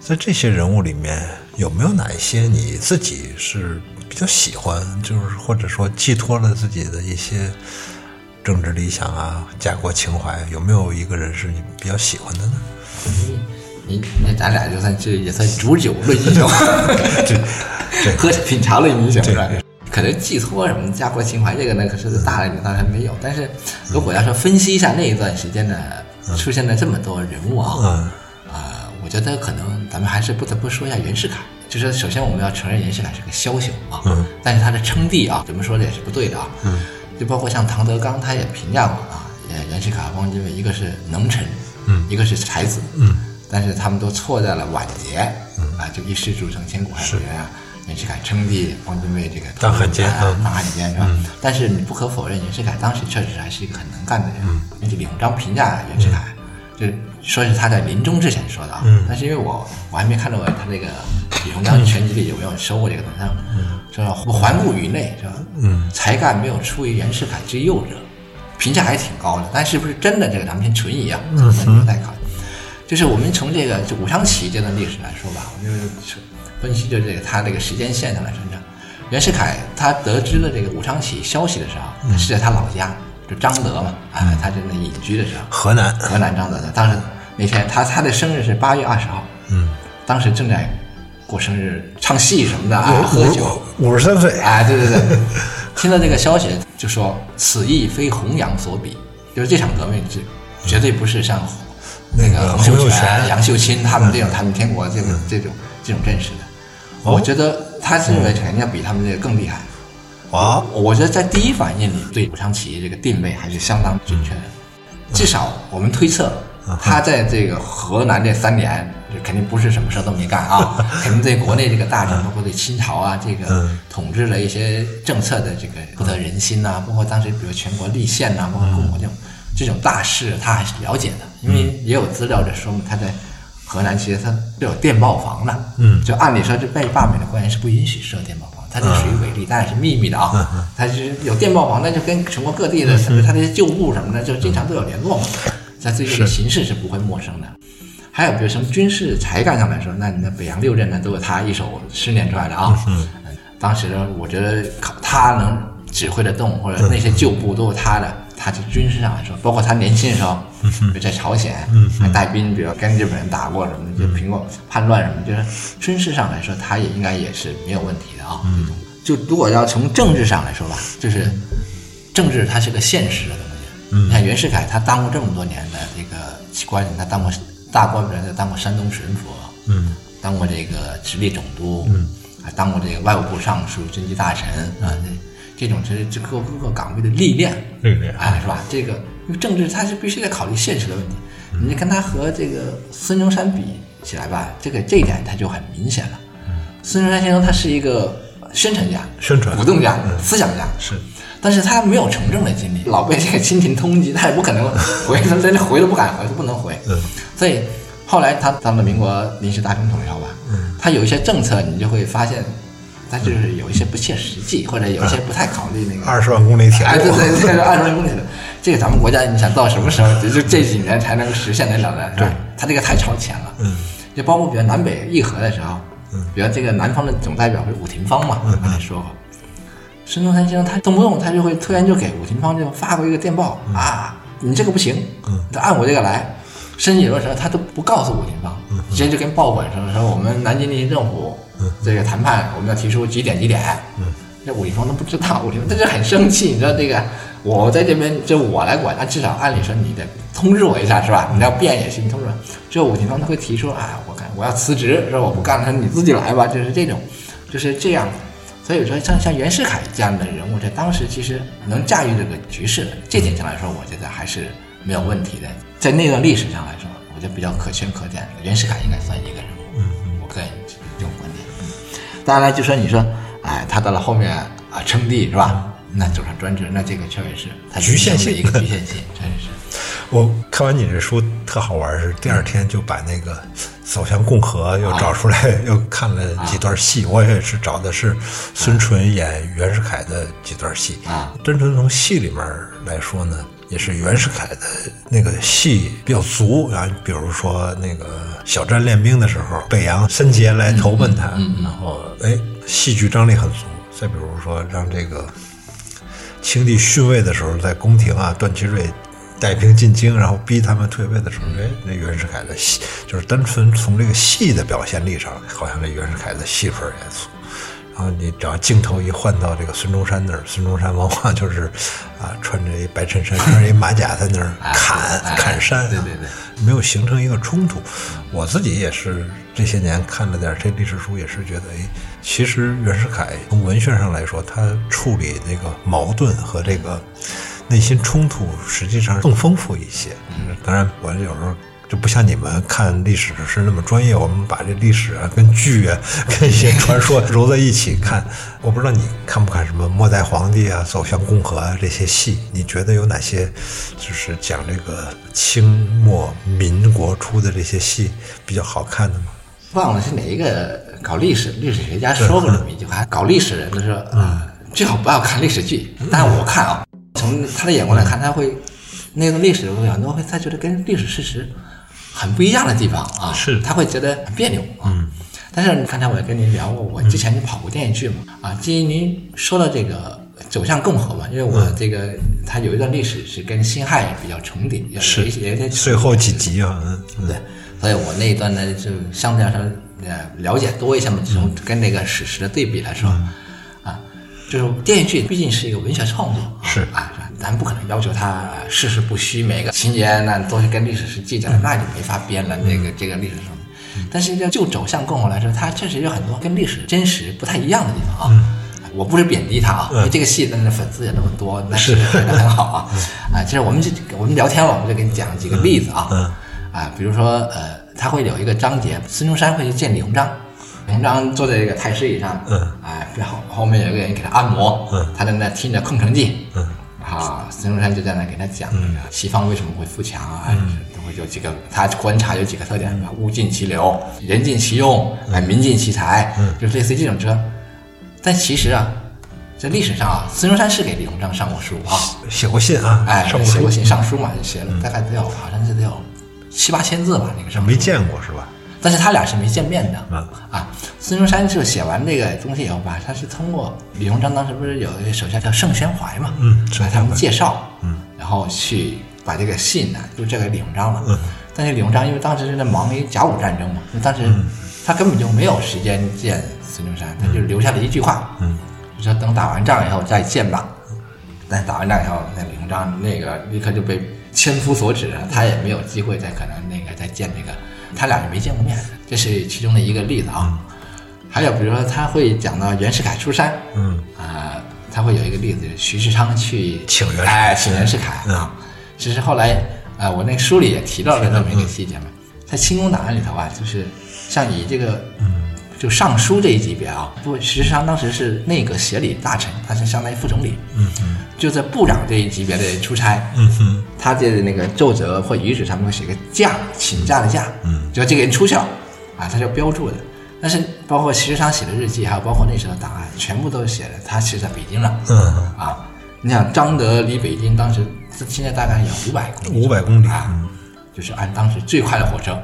在这些人物里面，有没有哪一些你自己是比较喜欢，就是或者说寄托了自己的一些政治理想啊、家国情怀？有没有一个人是你比较喜欢的呢？
你那咱俩就算是也算煮酒论英雄，喝品茶论英雄是吧？可能寄托什么家国情怀这个呢，可是大人当然没有。但是如果要说分析一下那一段时间呢，出现了这么多人物啊，
嗯
啊，我觉得可能咱们还是不得不说一下袁世凯。就是首先我们要承认袁世凯是个枭雄啊，
嗯
但是他的称帝啊，怎么说的也是不对的啊。嗯，就包括像唐德刚，他也评价过啊，呃袁世凯、汪精卫，一个是能臣，嗯，一个是才子，嗯，但是他们都错在了晚节，嗯啊，就一失足成千古恨人啊。袁世凯称帝，汪精卫这个
当汉奸
啊
嗯
当汉奸是吧？但是你不可
嗯
否认，袁世凯当时确实还是一个很能干的人，那就两张评价袁世凯，就是说是他在临终之前说的啊，
嗯
但是因为我我还没看到他那个李鸿章全集里有没有收过这个东西，
嗯
说环顾宇内是吧？嗯，才干没有出于袁世凯之右者，评价还挺高的，但是不是真的这个咱们先存疑啊，
嗯
咱们再考虑。就是我们从这个就武昌起义这段历史来说吧，我们就是分析就这个他这个时间线上来成长。袁世凯他得知了这个武昌起义消息的时候，是在他老家，就张德嘛，啊，他在那隐居的时候，
河南，
河南张德的。当时那天他他的生日是八月二十号，
嗯，
当时正在过生日，唱戏什么的啊，喝酒
五，五五十三岁，
哎，对对对，听到这个消息就说此役非弘扬所比，就是这场革命绝绝对不是像
那个
个
洪
洪
秀
秀
全
全、杨秀清他们这种他们天国这个这种这种阵势的，我觉得他认为肯定要比他们这个更厉害。
啊，
我觉得在第一反应里对武昌起义这个定位还是相当准确的，至少我们推测他在这个河南这三年就肯定不是什么事儿都没干啊，肯定对国内这个大政，包括对清朝啊这个统治的一些政策的这个不得人心呐、包括当时比如全国立宪呐、包括共和这种这种大事，他还是了解的，因为也有资料在说嘛，他在。河南其实它是有电报房的，嗯，就按理说这被罢免的官员是不允许设电报房，它这属于违例，当然是秘密的啊。它就是有电报房，那就跟全国各地的，它这些旧部什么的，就经常都有联络嘛，在对这个形势是不会陌生的。还有比如从军事才干上来说，那你的北洋六镇呢，都有他一手训练出来的啊。嗯，当时我觉得靠他能指挥得动，或者那些旧部都是他的。他就军事上来说，包括他年轻的时候，比如在朝鲜还带兵，比如跟日本人打过什么，就平过叛乱什么，就是军事上来说，他也应该也是没有问题的啊。这种就如果要从政治上来说吧，就是政治它是个现实的东西。
嗯
你看袁世凯他当过这么多年的这个官员，他当过大官，比如他当过山东巡抚，嗯，当过这个直隶总督，嗯，还当过这个外务部尚书、军机大臣啊，这这种这这各各个岗位的历练，
历练
哎，是吧？这个因为政治它是必须得考虑现实的问题，
嗯
你跟他和这个孙中山比起来吧，这个这一点他就很明显了。孙中山先生他是一个宣传家、
嗯宣传嗯
鼓动家、思想家，
是
但是他没有从政的经历，老被这个清廷通缉，他也不可能回，他真的回都不敢回，都不能回。
嗯，
所以后来他当了民国临时大总统以后吧，嗯，他有一些政策，你就会发现，他就是有一些不切实际，或者有一些不太考虑那个
二十万公里铁
哎，对
路，
对对，二十万公里的，这个咱们国家你想到什么时候，就就这几年才能实现得了的，是吧？他这个太超前了，嗯，就包括比如南北议和的时候，嗯，比如这个南方的总代表是伍廷芳嘛，我跟你说过，孙中山先生他动不动他就会突然就给伍廷芳就发过一个电报、啊，你这个不行，你按我这个来。申请的时候他都不告诉伍廷芳，直接就跟报馆说说我们南京临时政府这个谈判，我们要提出几点几点。这伍廷芳都不知道，伍廷芳他就很生气，你知道这个我在这边就我来管，那至少按理说你得通知我一下是吧？你要变也行，你通知我。这伍廷芳他会提出啊，我看我要辞职，说我不干了，你自己来吧，就是这种，就是这样。所以说，像像袁世凯这样的人物，在当时其实能驾驭这个局势的，这点上来说，我觉得还是没有问题的。在那段历史上来说，我觉得比较可圈可点的。袁世凯应该算一个人物，嗯，我个人这种观点。嗯当然了，就说你说，哎，他到了后面啊称帝是吧？那走上专制，那这个确实是他
局限性
的一个局限性，真是。
我看完你这书特好玩儿，是第二天就把那个《走向共和》又找出来，又看了几段戏。我也是找的是孙淳演袁世凯的几段戏
啊。
真纯从戏里面来说呢，也是袁世凯的那个戏比较足啊。比如说那个小站练兵的时候，北洋三杰来投奔他，然后哎，戏剧张力很足。再比如说让这个清帝逊位的时候，在宫廷啊，段祺瑞带兵进京，然后逼他们退位的时候，哎，那袁世凯的戏就是单纯从这个戏的表现力上，好像这袁世凯的戏份儿也足。然后啊你只要镜头一换到这个孙中山那儿，孙中山往 往就是啊，穿着一白衬衫，穿着一马甲在那儿砍
哎
砍山、啊，
对对对。
没有形成一个冲突。我自己也是这些年看了点这历史书，也是觉得，哎，其实袁世凯从文学上来说，他处理那个矛盾和
嗯
这个内心冲突，实际上更丰富一些。当然，我有时候就不像你们看历史是那么专业，我们把这历史啊、跟剧啊、跟一些传说揉在一起看。我不知道你看不看什么《末代皇帝》啊、《走向共和》啊这些戏，你觉得有哪些就是讲这个清末民国初的这些戏比较好看的吗？
忘了是哪一个搞历史历史学家说过这么一句话，搞历史人都说
嗯
啊，最好不要看历史剧。但是我看啊，从他的眼光来看，他会那个历史东西很多会，他觉得跟历史事实很不一样的地方啊，
是嗯
他会觉得很别扭啊。但是刚才我也跟您聊过，我之前就跑过电视剧嘛，啊，基于您说的这个走向共和嘛，因为
嗯
我这个它有一段历史是跟辛亥比较重叠，有
是
一些有一些
最后几集啊，嗯嗯
对，所以我那一段呢，就相对来说呃了解多一些嘛，从跟那个史实的对比来说，啊，就是电视剧毕竟是一个文学创作，
是
啊，是吧咱不可能要求它呃事事不虚，每个情节那都是跟历史是记载的，那就没法编了。那
嗯
个这个历史上，但是要就走向共和来说，它确实有很多跟历史真实不太一样的地方啊。
嗯
我不是贬低他啊，因为这个戏的粉丝也那么多，那是觉得很好啊。
嗯
啊，其实我们就我们聊天了，我们就给你讲几个例子啊。
嗯
啊，比如说呃，他会有一个章节，孙中山会去见李鸿章，李鸿章坐在这个太师椅上，
嗯
啊，然后后面有个人给他按摩，
嗯
他在那听着《空城计》，
嗯，
啊，孙中山就在那给他讲这个西方为什么会富强啊，
嗯
都会有几个他观察有几个特点，啊物尽其流，
嗯
人尽其用，哎，民尽其才，就类似于这种车。但其实啊，在历史上啊，孙中山是给李鸿章上过书啊，
写过信啊，
哎，
上过
写
书嗯
过信上书嘛，就写了大概得有好像是得有七八千字吧，那个上书
没见过是吧？
但是他俩是没见面的
嗯
啊。孙中山就写完这个东西以后吧，他是通过李鸿章当时不是有一个手下叫盛宣怀嘛，
嗯
把
盛
他
宣
们
怀
介绍，嗯，然后去把这个信呢、就这个李鸿章了，
嗯。
但是李鸿章因为当时是在忙于甲午战争嘛，因为当时
嗯
他根本就没有时间见孙中山，他就留下了一句话，
嗯，
就说等打完仗以后再见吧。但打完仗以后，那李鸿章那个立刻就被千夫所指，他也没有机会再可能那个再见这个，他俩也没见过面，这是其中的一个例子啊。还有比如说，他会讲到袁世凯出山，
嗯
啊、他会有一个例子，徐世昌去
请袁世凯
哎，请袁世凯啊。其实后来啊、呃我那个书里也提到了这么一个细节嘛，在清宫档案里头啊，就是像以这个就尚书这一级别啊，不，徐世昌当时是内阁协理大臣，他是相当于副总理，嗯嗯，就在部长这一级别的人出差，
嗯哼，
他的那个奏折或遗旨上面会写个假，请假的假，嗯，只要这个人出校啊，他就标注的。但是包括徐世昌写的日记，还有包括那时候的档案，全部都写了他是在北京了，
嗯
啊，你想张德离北京当时现在大概有五百公里，
500公里
啊，就是按当时最快的火车，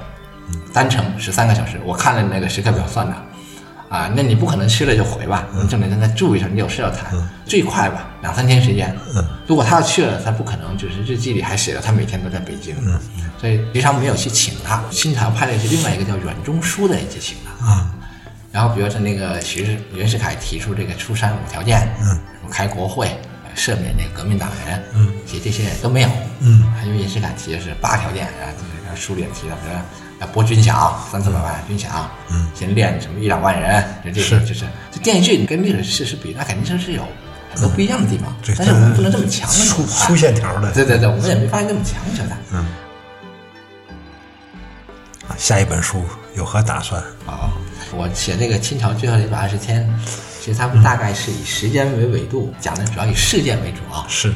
单程十三个小时，我看了那个时刻表算的，啊，那你不可能吃了就回吧，你总得跟他住一下，你有事要谈，最快吧两三天时间，如果他要去了，他不可能就是日记里还写了他每天都在北京，所以徐常没有去请他，清朝派的是另外一个叫阮中书的人去请他，
啊，
然后比如说那个徐世袁世凯提出这个出山五条件，嗯，开国会，赦免那个革命党人，嗯，其实这些都没有，
嗯，
因为袁世凯提的是八条件，啊，就是书里也提到，比如说要拨军饷三四百万军饷，嗯，先练什么一两万人，就这些就是这电视剧跟历史事实比，那肯定是是有很多不一样的地方，
这
但是我哎们不能这么强硬
粗
啊
粗线条的。
对对对，我们也没法那么强求它。
嗯。啊下一本书有何打算？
哦，我写这个清朝最后的一百二十天，其实它大概是以时间为纬度，讲的主要以事件为主啊。
是，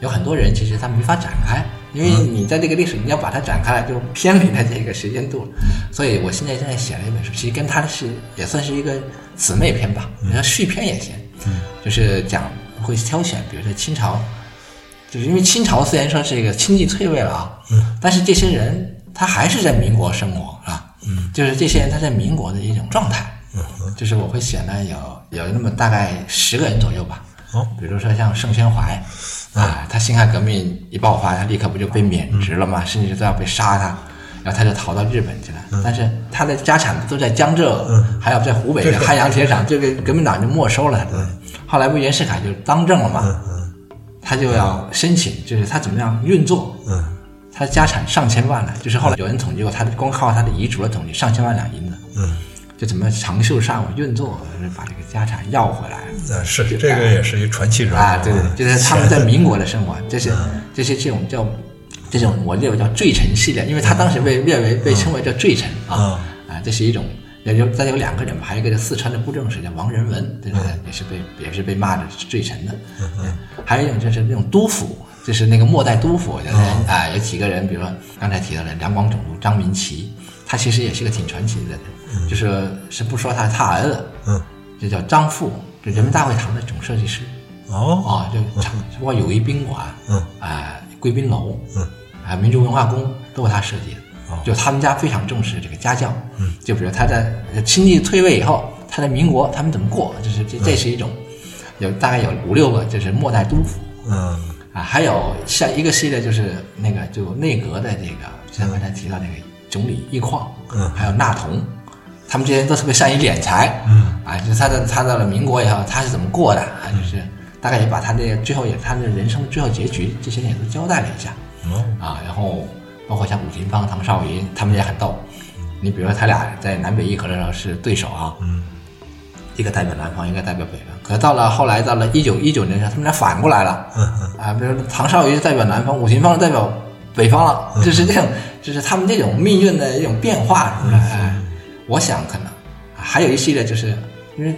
有很多人其实他没法展开，因为你在这个历史你要把它展开来，就偏离它这个时间度了。所以我现在正在写了一本书，其实跟它是也算是一个姊妹篇吧，你说续篇也行，就是讲会挑选，比如说清朝，就是因为清朝虽然说是一个经济退位了啊，但是这些人他还是在民国生活啊，就是这些人他在民国的一种状态，就是我会选了有有那么大概十个人左右吧，
哦
比如说像盛宣怀，啊，他辛亥革命一爆发，他立刻不就被免职了吗？甚至都要被杀他，然后他就逃到日本去了。但是他的家产都在江浙，还有在湖北的汉阳铁厂，就给革命党就没收了。后来不袁世凯就当政了嘛，他就要申请，就是他怎么样运作，
嗯
他家产上千万了，就是后来有人统计过，他光靠他的遗嘱的统计上千万两银子，
嗯，
就怎么长袖善舞运作，就是把这个家产要回来。
呃，是这个也是一传奇人物
啊，对对，
嗯
就是他们在民国的生活，这些这些这种叫这种我认为叫罪臣系列，因为他当时
嗯
被列为被称为叫罪臣啊啊，这是一种。也有但有两个人吧，还有一个叫四川的布政使叫王仁文，对不
嗯
对？也是被也是被骂的罪臣的。还有一种就是那种督府，就是那个末代督府，我觉得
嗯
啊，有几个人，比如说刚才提到的两广总督张民奇，他其实也是个挺传奇的人，就是是不说他他儿子，
嗯，
这叫张富，就人民大会堂的总设计师。
哦，
啊，就长包括友谊宾馆，
嗯，
啊，贵宾楼，
嗯，
啊，民族文化宫都是他设计的。
哦
就他们家非常重视这个家教，嗯，就比如他在亲戚退位以后，他在民国他们怎么过，就是这
嗯
这是一种，有大概有五六个就是末代督府
嗯
啊，还有像一个系列就是那个就内阁的这个，像刚才提到那个总理易况，
嗯
还有纳桐，他们这些人都特别善于敛财，
嗯，
啊，就是他的他到了民国以后，他是怎么过的啊？就是大概也把他的最后也他的人生最后结局这些也都交代了一下
哦，
啊。然后包括像武廷芳、唐绍仪，他们也很逗。你比如说他俩在南北议和的时候是对手啊，
嗯，
一个代表南方，一个代表北方。可是到了后来，到了一九一九年的时候，他们俩反过来了，
嗯
啊，比如说唐绍仪代表南方，武秦芳代表北方了，就是这种，就是他们这种命运的一种变化什么的。哎，我想可能还有一系列，就是因为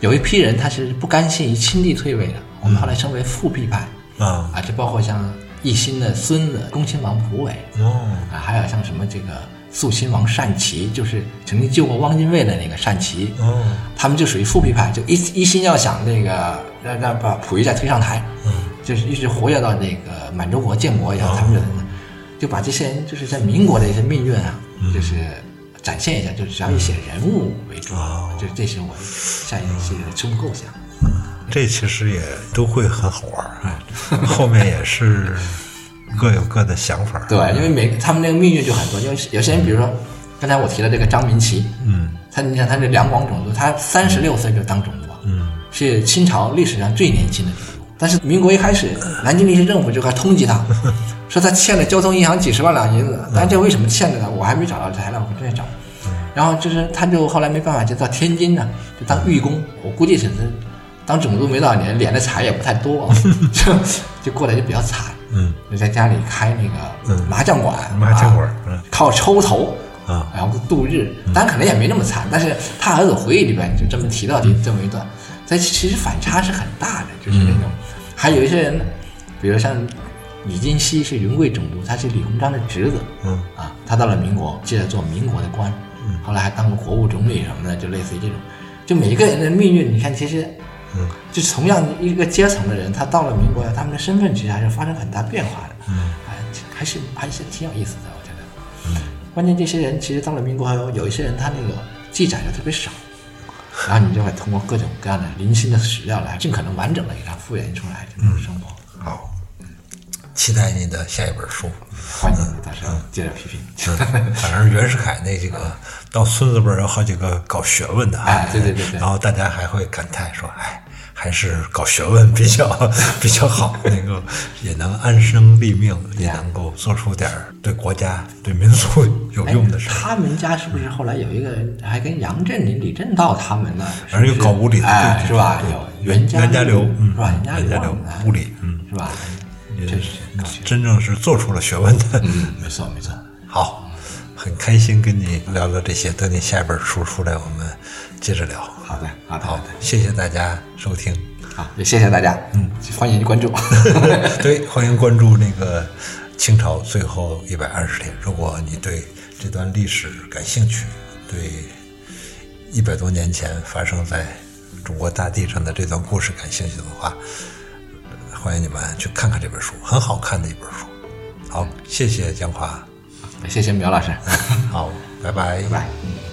有一批人他是不甘心于亲力退位的，我们后来称为复辟派
嗯啊，
啊，这包括像奕欣的孙子恭亲王溥伟
哦，
啊，还有像什么这个肃亲王善祺，就是曾经救过汪精卫的那个善祺，
哦，
他们就属于复辟派，就一一心要想那个让让把溥仪再推上台，
嗯哦
就是一直活跃到那个满洲国建国以后，他们就就把这些人就是在民国的一些命运啊，
嗯
就是展现一下，就只要以写人物为主，
哦
就这是我下一期的初步构想。
这其实也都会很好玩儿， 哎后面也是各有各的想法，啊
对，因为每他们那个命运就很多，因为有些人比如说刚才我提的这个张民奇，
嗯
他你想他这两广总督，他三十六岁就当总督了，
嗯，
是清朝历史上最年轻的总督。但是民国一开始，南京临时政府就开始 通缉他，说他欠了交通银行几十万两银子。
嗯
但这为什么欠着呢？我还没找到材料，我正在找。然后就是他就后来没办法，就到天津呢，就当狱工。我估计是他当总督没多少年，敛的财也不太 多啊，就就过得就比较惨。
嗯，
就在家里开那个
嗯
麻将馆，
麻将馆
啊
嗯
靠抽头
啊
然后度日，当然可能也没那么惨，但是他儿子回忆里边就这么提到
嗯
这这么一段，但其其实反差是很大的，就是那种，还有一些人，比如像李金熙是云贵总督，他是李鸿章的侄子，
嗯
啊，他到了民国接着做民国的官，后来还当过国务总理什么的，就类似于这种，就每一个人的命运，你看其实。
嗯，
就是同样一个阶层的人，他到了民国，他们的身份其实还是发生很大变化的。嗯，还还是还是挺有意思的，我觉得。关键这些人其实到了民国后，有一些人他那个记载就特别少，然后你就会通过各种各样的零星的史料来尽可能完整的给它复原出来这种生活。
好，期待你的下一本书。
欢迎你到时候接着批评。
反正袁世凯那几个到孙子辈儿有好几个搞学问的啊，
哎对对对对
然后大家还会感叹说，哎，还是搞学问比较 比较好，能够也能安身立命，也能够做出点儿对国家、对民族有用的事儿。
哎他们家是不是后来有一个人还跟杨振宁、李政道他们呢？
反正有
是不是
搞无理的
哎，
对
是吧？
对
有袁
袁家
柳
柳，嗯
是吧？袁
袁家
柳
柳
哎
无理嗯
是吧？
也
确实搞学，
真正是做出了学问的。
嗯，没错没错。
好，很开心跟你聊聊这些，等你下一本书出来，我们接着聊。
好的，好的，
好
好的，，
谢谢大家收听。
好，也谢谢大家，嗯，欢迎关注。
对，欢迎关注那个清朝最后一百二十天。如果你对这段历史感兴趣，对一百多年前发生在中国大地上的这段故事感兴趣的话，欢迎你们去看看这本书，很好看的一本书。好，谢谢江华，
谢谢苗老师，
好，拜拜，拜
拜拜。嗯